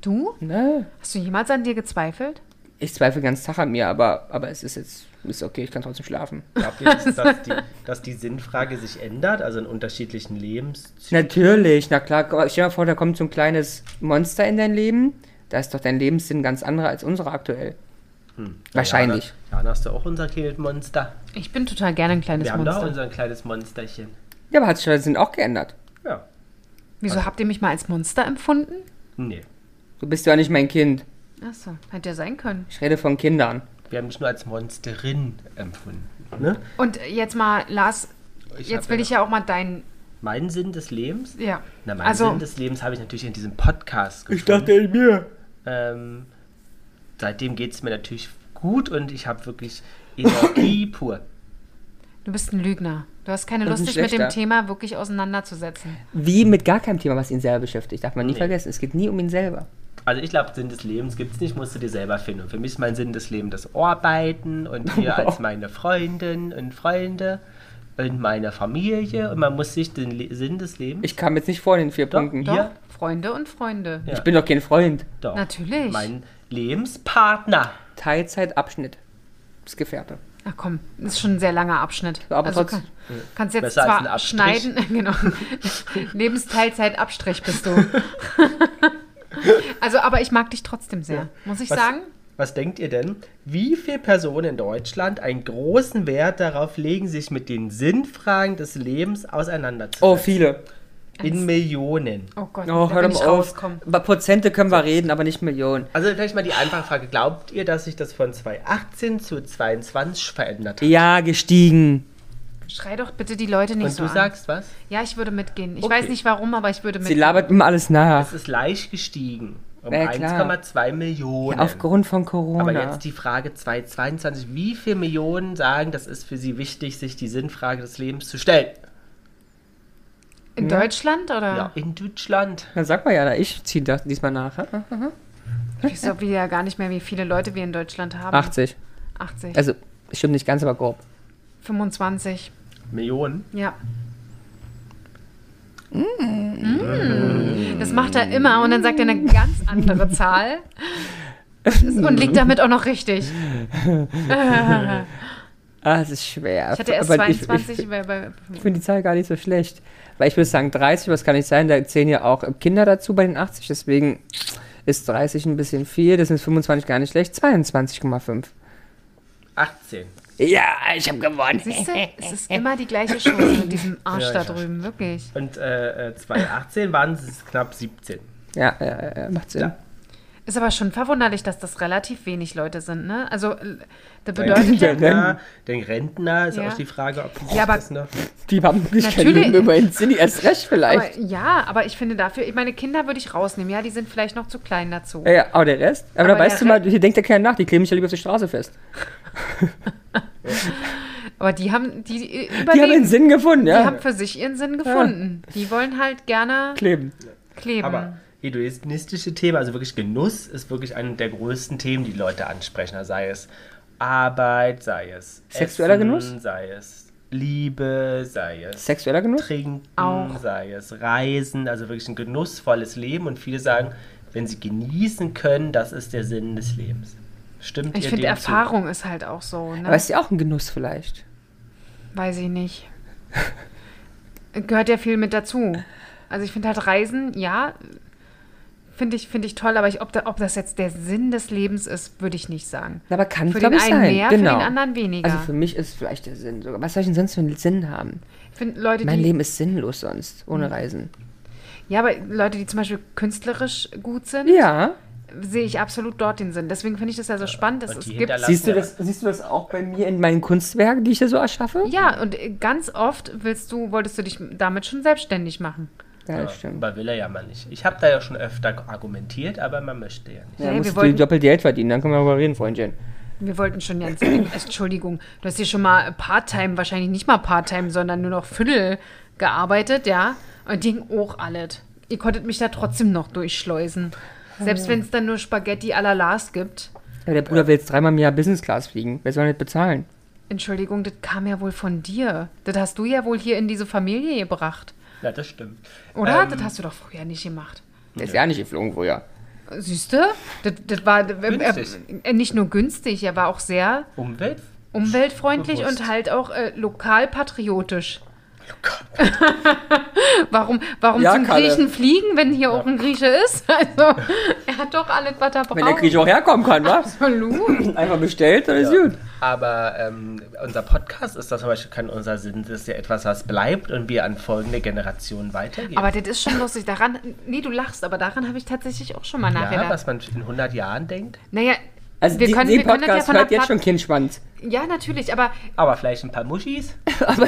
Du? Nein. Hast du jemals an dir gezweifelt? Ne? Ich zweifle ganz Tag an mir, aber, aber es ist jetzt ist okay, ich kann trotzdem schlafen. Glaubt ihr, dass, dass, die, dass die Sinnfrage sich ändert, also in unterschiedlichen Lebenszyklen? Natürlich, na klar. Guck mal, Stell dir mal vor, da kommt so ein kleines Monster in dein Leben. Da ist doch dein Lebenssinn ganz anderer als unsere aktuell. Wahrscheinlich. Ja, dann hast du auch unser kleines Monster. Ich bin total gerne ein kleines Wir haben doch Monster. unser kleines Monsterchen. Ja, aber hat sich der Sinn auch geändert. Ja. Also- Wieso habt ihr mich mal als Monster empfunden? Nee. Du bist ja nicht mein Kind. Achso, hätte ja sein können. Ich rede von Kindern. Wir haben dich nur als Monsterin empfunden. Ne? Und jetzt mal, Lars, Ich jetzt hab will ja- ich ja auch mal deinen. Mein Sinn des Lebens? Ja. Na, mein also, Sinn des Lebens habe ich natürlich in diesem Podcast gefunden. in mir. Ähm, seitdem geht es mir natürlich gut und ich habe wirklich Energie pur. du bist ein Lügner. Du hast keine Und Lust, ein dich mit dem Schlechter. Thema wirklich auseinanderzusetzen. Wie mit gar keinem Thema, was ihn selber beschäftigt. Darf man nie Nee. vergessen. Es geht nie um ihn selber. Also ich glaube, Sinn des Lebens gibt es nicht, musst du dir selber finden. Und für mich ist mein Sinn des Lebens das Arbeiten und hier als meine Freundin und Freunde und meine Familie. Und man muss sich den Le Sinn des Lebens... Ich kam jetzt nicht vor in den vier Doch, Punkten. doch. Hier? Ja. Freunde und Freunde. Ja. Ich bin doch kein Freund. Doch, Natürlich. Mein Lebenspartner. Teilzeitabschnitt. Das Gefährte. Ach komm, das ist schon ein sehr langer Abschnitt. Also Aber trotzdem- Kann, kannst jetzt Besser als ein zwar Abstrich. schneiden, genau. Lebensteilzeit Abstrich bist du. also, aber ich mag dich trotzdem sehr, muss ich Was- sagen. Was denkt ihr denn, wie viele Personen in Deutschland einen großen Wert darauf legen, sich mit den Sinnfragen des Lebens auseinanderzusetzen? Oh, viele. In Millionen. Oh Gott, Oh, da hör bin doch ich mal auf. rauskommen. Über Prozente können wir reden, aber nicht Millionen. Also vielleicht mal die einfache Frage. Glaubt ihr, dass sich das von 2018 zu 2022 verändert hat? Ja, gestiegen. Schrei doch bitte die Leute nicht Und so du an. sagst was? ja, ich würde mitgehen. Ich Okay. weiß nicht warum, aber ich würde Sie mitgehen. labert immer alles Es nach. ist leicht gestiegen. Um Ja, klar. 1,2 Millionen. Aufgrund von Corona. Aber jetzt die Frage 2022. Wie viele Millionen sagen, das ist für sie wichtig, sich die Sinnfrage des Lebens zu stellen? In Deutschland oder? Ja, in Deutschland. Dann sag mal ja, na, ich ziehe das diesmal nach. hä? Ich weiß doch wieder gar nicht mehr, wie viele Leute wir in Deutschland haben. 80. 80. Also, stimmt nicht ganz, aber grob. 25. Millionen. Ja. Mm. Das macht er immer und dann sagt er eine ganz andere Zahl und liegt damit auch noch richtig. Ah, es ist schwer. Ich hatte erst Aber ich- 22 Ich, bei, bei ich finde die Zahl gar nicht so schlecht. Weil ich würde sagen 30, was kann nicht sein? Da zählen ja auch Kinder dazu bei den 80, deswegen ist 30 ein bisschen viel, das sind 25 gar nicht schlecht, 22,5. 18. Ja, ich habe gewonnen. Siehst du, es ist immer die gleiche Chance mit diesem Arsch Ja, da ich weiß. drüben, wirklich. Und äh, äh, 2018 waren es knapp 17. Ja, ja, ja, macht Sinn. Ja. Ist aber schon verwunderlich, dass das relativ wenig Leute sind, ne? Also, äh, das Der bedeutet ja, Rentner, den Rentner ist Ja. auch die Frage, ob Ja, aber- das noch. Die haben nicht Natürlich. keine über den City, erst recht vielleicht. aber, ja, aber ich finde dafür, ich meine, Kinder würde ich rausnehmen, ja, die sind vielleicht noch zu klein dazu. ja, ja, aber der Rest? Aber, Aber da weißt der du mal, hier denkt ja keiner nach, die kleben mich ja lieber auf die Straße fest. Aber die haben, die, die überleben. Die haben den Sinn gefunden, Die ja. haben für sich ihren Sinn gefunden. Die wollen halt gerne kleben. kleben. Aber hedonistische Themen, also wirklich Genuss, ist wirklich eine der größten Themen, die Leute ansprechen. Also Sei es Arbeit, sei es Sexueller Essen, Genuss? sei es Liebe, sei es Sexueller Genuss? Trinken, Auch. sei es Reisen, also wirklich ein genussvolles Leben. Und viele sagen, wenn sie genießen können, das ist der Sinn des Lebens. Stimmt ich ihr finde, dem zu? Erfahrung ist halt auch so. Ne? Aber ist ja auch ein Genuss vielleicht. Weiß ich nicht. Gehört ja viel mit dazu. Also ich finde halt Reisen, ja, finde ich, finde ich toll, aber ich, ob, da, ob das jetzt der Sinn des Lebens ist, würde ich nicht sagen. Na, Aber kann, Für glaube den ich, einen sein. mehr, für genau. den anderen weniger. Also für mich ist vielleicht der Sinn sogar. Was soll ich denn sonst für einen Sinn haben? Ich finde Leute, Mein die, Mhm. Leben ist sinnlos sonst, ohne Reisen. Ja, aber Leute, die zum Beispiel künstlerisch gut sind, Ja. sehe ich absolut dort den Sinn. Deswegen finde ich das ja so spannend. Dass Äh, und es die gibt, hinterlassen- Siehst du, Ja. das, siehst du das auch bei mir in meinen Kunstwerken, die ich da so erschaffe? ja, und äh, ganz oft willst du, wolltest du dich damit schon selbstständig machen. Ja, Ja, das stimmt. aber will er ja mal nicht. Ich habe da ja schon öfter argumentiert, aber man möchte ja nicht. Ja, Hey, musst wir du wollten- doppelt Geld verdienen, dann können wir darüber reden, Freundchen. Wir wollten schon ganz. Entschuldigung, du hast hier schon mal Part-Time, wahrscheinlich nicht mal Part-Time, sondern nur noch Viertel gearbeitet, ja. Und ging auch alles. Ihr konntet mich da trotzdem noch durchschleusen. Selbst Hm. wenn es dann nur Spaghetti à la Lars gibt. Aber der Bruder will jetzt dreimal im Jahr Business Class fliegen. Wer soll nicht bezahlen? Entschuldigung, das kam ja wohl von dir. Das hast du ja wohl hier in diese Familie gebracht. Ja, das stimmt. Oder? Ähm, das hast du doch früher nicht gemacht. Der ist ja nicht geflogen früher. Siehste? Das, das war Günstig. äh, äh, nicht nur günstig, er war auch sehr Umwelt? umweltfreundlich Bewusst. und halt auch äh, lokal patriotisch. warum warum Ja, zum Kalle. Griechen fliegen, wenn hier auch ein Grieche ist? Also, er hat doch alles, was er braucht. Wenn der Grieche auch herkommen kann, was? Absolut. Einfach bestellt, dann ist gut. Aber ähm, unser Podcast ist das zum Beispiel kein unser Sinn. Das ist ja etwas, was bleibt und wir an folgende Generationen weitergeben. Aber das ist schon lustig. Daran, nee, du lachst, aber daran habe ich tatsächlich auch schon mal ja, nachgedacht. was man in 100 Jahren denkt. naja, Also wir die, können, den wir können das ja Podcast von der hört jetzt Platt- schon Kindschwanz. Ja, natürlich, aber Aber vielleicht ein paar Muschis. Aber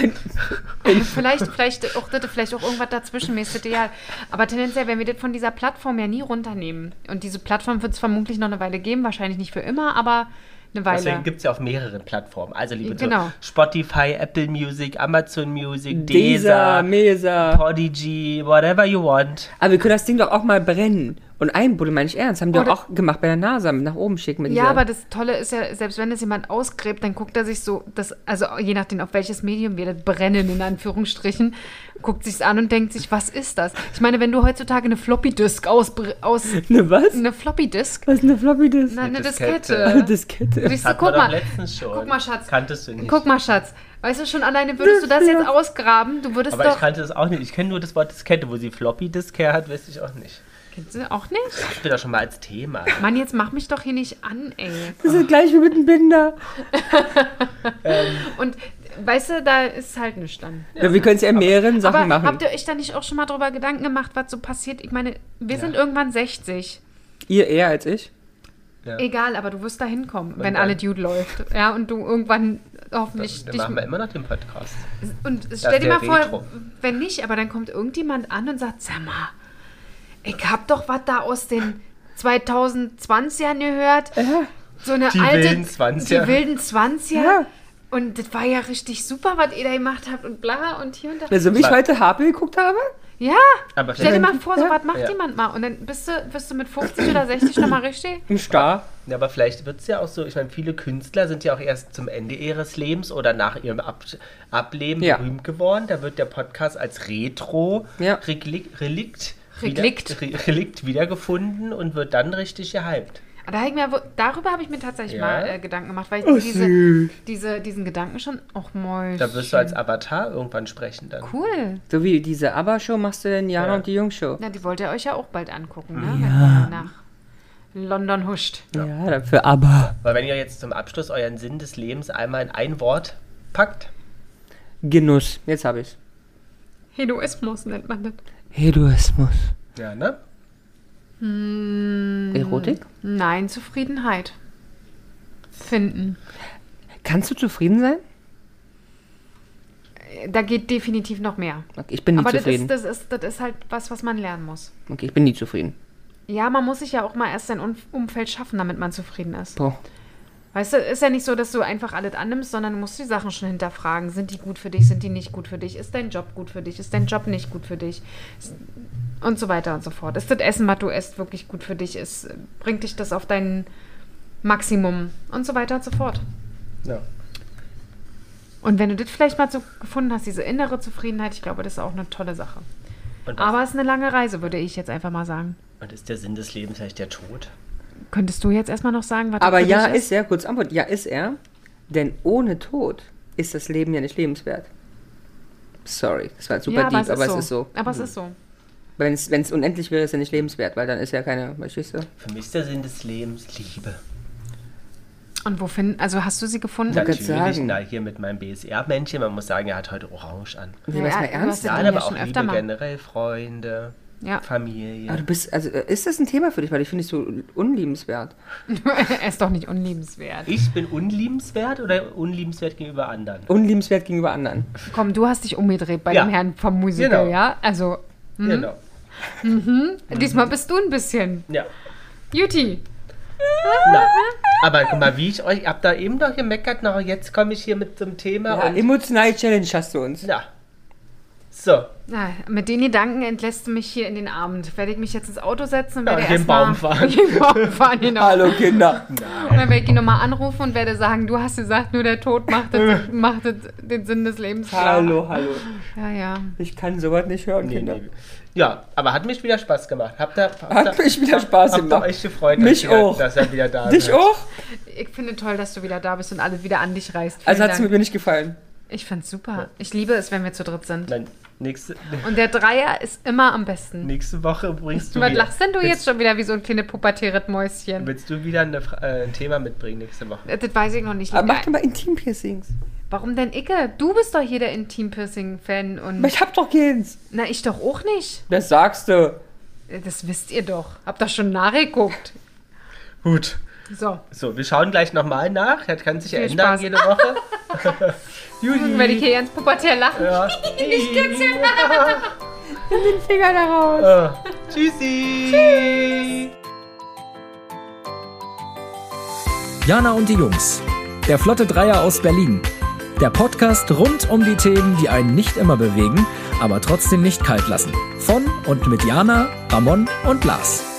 Vielleicht, vielleicht auch das, vielleicht auch irgendwas dazwischen, mäßig ja. Aber tendenziell, wenn wir das von dieser Plattform ja nie runternehmen. Und diese Plattform wird es vermutlich noch eine Weile geben, wahrscheinlich nicht für immer, aber eine Weile. Deswegen gibt es ja auf mehreren Plattformen. Also liebe Genau. Zuhörer, Spotify, Apple Music, Amazon Music, dieser, Deezer, Mesa. Podigy, whatever you want. Aber wir können das Ding doch auch mal brennen. Und einbuddeln, meine ich ernst. Haben die Oder- doch auch gemacht bei der NASA, mit nach oben schicken. Mit Ja, dieser- aber das Tolle ist ja, selbst wenn es jemand ausgräbt, dann guckt er sich so, das, also je nachdem, auf welches Medium wir das brennen, in Anführungsstrichen, guckt sich's an und denkt sich, was ist das? Ich meine, wenn du heutzutage eine Floppy-Disk aus, aus Ne, was? eine Floppy-Disk, Was ist eine Floppy Disk? na, äh, eine Diskette. Diskette. Eine Diskette. Siehst du, Hatten guck wir doch mal, letztens schon. guck mal, Schatz. Kanntest du nicht. Guck mal, Schatz. Weißt du schon, alleine würdest du das jetzt ausgraben? Du würdest Aber ich doch. kannte das auch nicht. Ich kenne nur das Wort Diskette. Wo sie Floppy Disk her hat, weiß ich auch nicht. Kennst du auch nicht? Ich bin da schon mal als Thema. Mann, jetzt mach mich doch hier nicht an, ey. Das ist gleich wie mit einem Binder. Und weißt du, da ist halt nichts dann. Ja, wir können es ja in mehreren Aber Sachen machen. habt ihr euch da nicht auch schon mal drüber Gedanken gemacht, was so passiert? Ich meine, wir sind irgendwann 60. Ihr eher als ich? Egal, aber du wirst da hinkommen, wenn Irgendwann. alle Dude läuft. Ja, und du irgendwann hoffentlich Dann dich. machen wir immer noch den Podcast. Und stell dir wäre mal vor, Retro. wenn nicht, aber dann kommt irgendjemand an und sagt, sag mal, ich hab doch was da aus den 2020ern gehört. So eine Die alte, wilden 20er. die wilden 20er. Ja. Und das war ja richtig super, was ihr da gemacht habt und bla und hier und da. Also, wie ich Was? heute Harpe geguckt habe? ja, Aber stell dir vielleicht- mal vor, so was macht Ja. jemand mal. Und dann bist du, bist du mit 50 oder 60 nochmal richtig? Im Star. Ja, aber vielleicht wird es ja auch so, ich meine, viele Künstler sind ja auch erst zum Ende ihres Lebens oder nach ihrem Ab Ableben Ja. berühmt geworden. Da wird der Podcast als Retro-Relikt Ja. Relikt, Relikt. Wieder, Re- Relikt wiedergefunden und wird dann richtig gehypt. Da hab ich mir, wo- darüber habe ich mir tatsächlich Ja. mal äh, Gedanken gemacht, weil ich diese, Oh, süß. diese, diesen Gedanken schon. Och, Mäuschen. Da wirst du als Avatar irgendwann sprechen dann. Cool. So wie diese ABBA-Show machst du denn Jana Ja. und die Jungs-Show. Na, die wollt ihr euch ja auch bald angucken, ne? Wenn ihr nach London huscht. Ja, dann für ABBA. Weil wenn ihr jetzt zum Abschluss euren Sinn des Lebens einmal in ein Wort packt, Genuss. Jetzt habe ich's. Hedoismus nennt man das. Hedoismus. ja, ne? Mm. Erotik? Nein, Zufriedenheit. Finden. Kannst du zufrieden sein? Äh, Da geht definitiv noch mehr. Okay, ich bin nie Aber das zufrieden. ist, das, ist, das ist halt was, was man lernen muss. okay, ich bin nie zufrieden. Ja, man muss sich ja auch mal erst sein Um- Umfeld schaffen, damit man zufrieden ist. Boah. Weißt du, ist ja nicht so, dass du einfach alles annimmst, sondern du musst die Sachen schon hinterfragen. Sind die gut für dich? Sind die nicht gut für dich? Ist dein Job gut für dich? Ist dein Job nicht gut für dich? Ist- Und so weiter und so fort. Ist das Essen, was du isst, wirklich gut für dich? Ist, bringt dich das auf dein Maximum? Und so weiter und so fort. Ja. Und wenn du das vielleicht mal so gefunden hast, diese innere Zufriedenheit, ich glaube, das ist auch eine tolle Sache. Und, was, Aber es ist eine lange Reise, würde ich jetzt einfach mal sagen. und ist der Sinn des Lebens vielleicht der Tod? Könntest du jetzt erstmal noch sagen, was das Aber für ja dich ist er, kurz Antwort, ja ist er. Denn ohne Tod ist das Leben ja nicht lebenswert. Sorry, das war super ja, deep, aber es ist so. Mhm. Aber es ist so. Wenn es wenn es unendlich wäre, ist es ja nicht lebenswert, weil dann ist ja keine, verstehst du? Für mich ist der Sinn des Lebens Liebe. Und wo finden, also hast du sie gefunden? Ja, Ja, kannst sagen. na, hier mit meinem BSR-Männchen, man muss sagen, er hat heute orange an. Und wenn wir es mal ja, ernst du nehmen- hast Nein, ja aber auch schon öfter Liebe mal. generell, Freunde, Familie. Aber du bist, also äh, ist das ein Thema für dich, weil ich finde es so unliebenswert. er ist doch nicht unliebenswert. Ich bin unliebenswert oder unliebenswert gegenüber anderen? Unliebenswert gegenüber anderen. Komm, du hast dich umgedreht bei Ja. dem Herrn vom Musiker, Genau. ja? Also, Mhm. Genau. diesmal bist du ein bisschen. Ja. Juti. Na, aber guck mal, wie ich euch, hab da eben doch gemeckert, noch jetzt komme ich hier mit zum Thema Ja, und. emotionale Challenge hast du uns. ja. So, Na, mit den Gedanken entlässt du mich hier in den Abend. Werde ich mich jetzt ins Auto setzen und Ja, werde und den erstmal- Baum fahren. Den Baum fahren, genau. Hallo Kinder. Und dann werde ich ihn nochmal anrufen und werde sagen, du hast gesagt, nur der Tod macht, das, macht das, den Sinn des Lebens klar. hallo, hallo. Ja, ja. Ich kann sowas nicht hören, nee, Kinder. nee. Genau. Ja, aber hat mich wieder Spaß gemacht. Habt ihr, habt Hat ihr- mich wieder Spaß habt ihr gemacht. euch gefreut, Mich dass, ihr- auch. dass er wieder da ist? Dich auch? Ich finde toll, dass du wieder da bist und alle wieder an dich reißt. Vielen Also hat es Dank. mir nicht gefallen. ich fand's super. Ich liebe es, wenn wir zu dritt sind. Nein, nächste, Und der Dreier ist immer am besten. nächste Woche bringst du Was wieder- lachst denn du jetzt willst, schon wieder wie so ein kleines pubertäres Mäuschen? Willst du wieder eine, Fra- äh, ein Thema mitbringen nächste Woche? Das weiß ich noch nicht. Aber mach Lieber. doch mal Intim-Piercings. Warum denn Icke? Du bist doch hier der Intim-Piercing-Fan Aber und... ich hab doch keins. Na, ich doch auch nicht. Das sagst du. Das wisst ihr doch. Habt doch schon nachgeguckt. Gut. So, So, wir schauen gleich nochmal nach. Das kann sich Viel ändern Spaß. jede Woche. dann werde ich hier ganz pubertär lachen. Ja. Oh. Ich kitzeln. Den Finger da raus. Äh, Tschüssi. Tschüss. Jana und die Jungs. Der Flotte Dreier aus Berlin. Der Podcast rund um die Themen, die einen nicht immer bewegen, aber trotzdem nicht kalt lassen. Von und mit Jana, Ramon und Lars.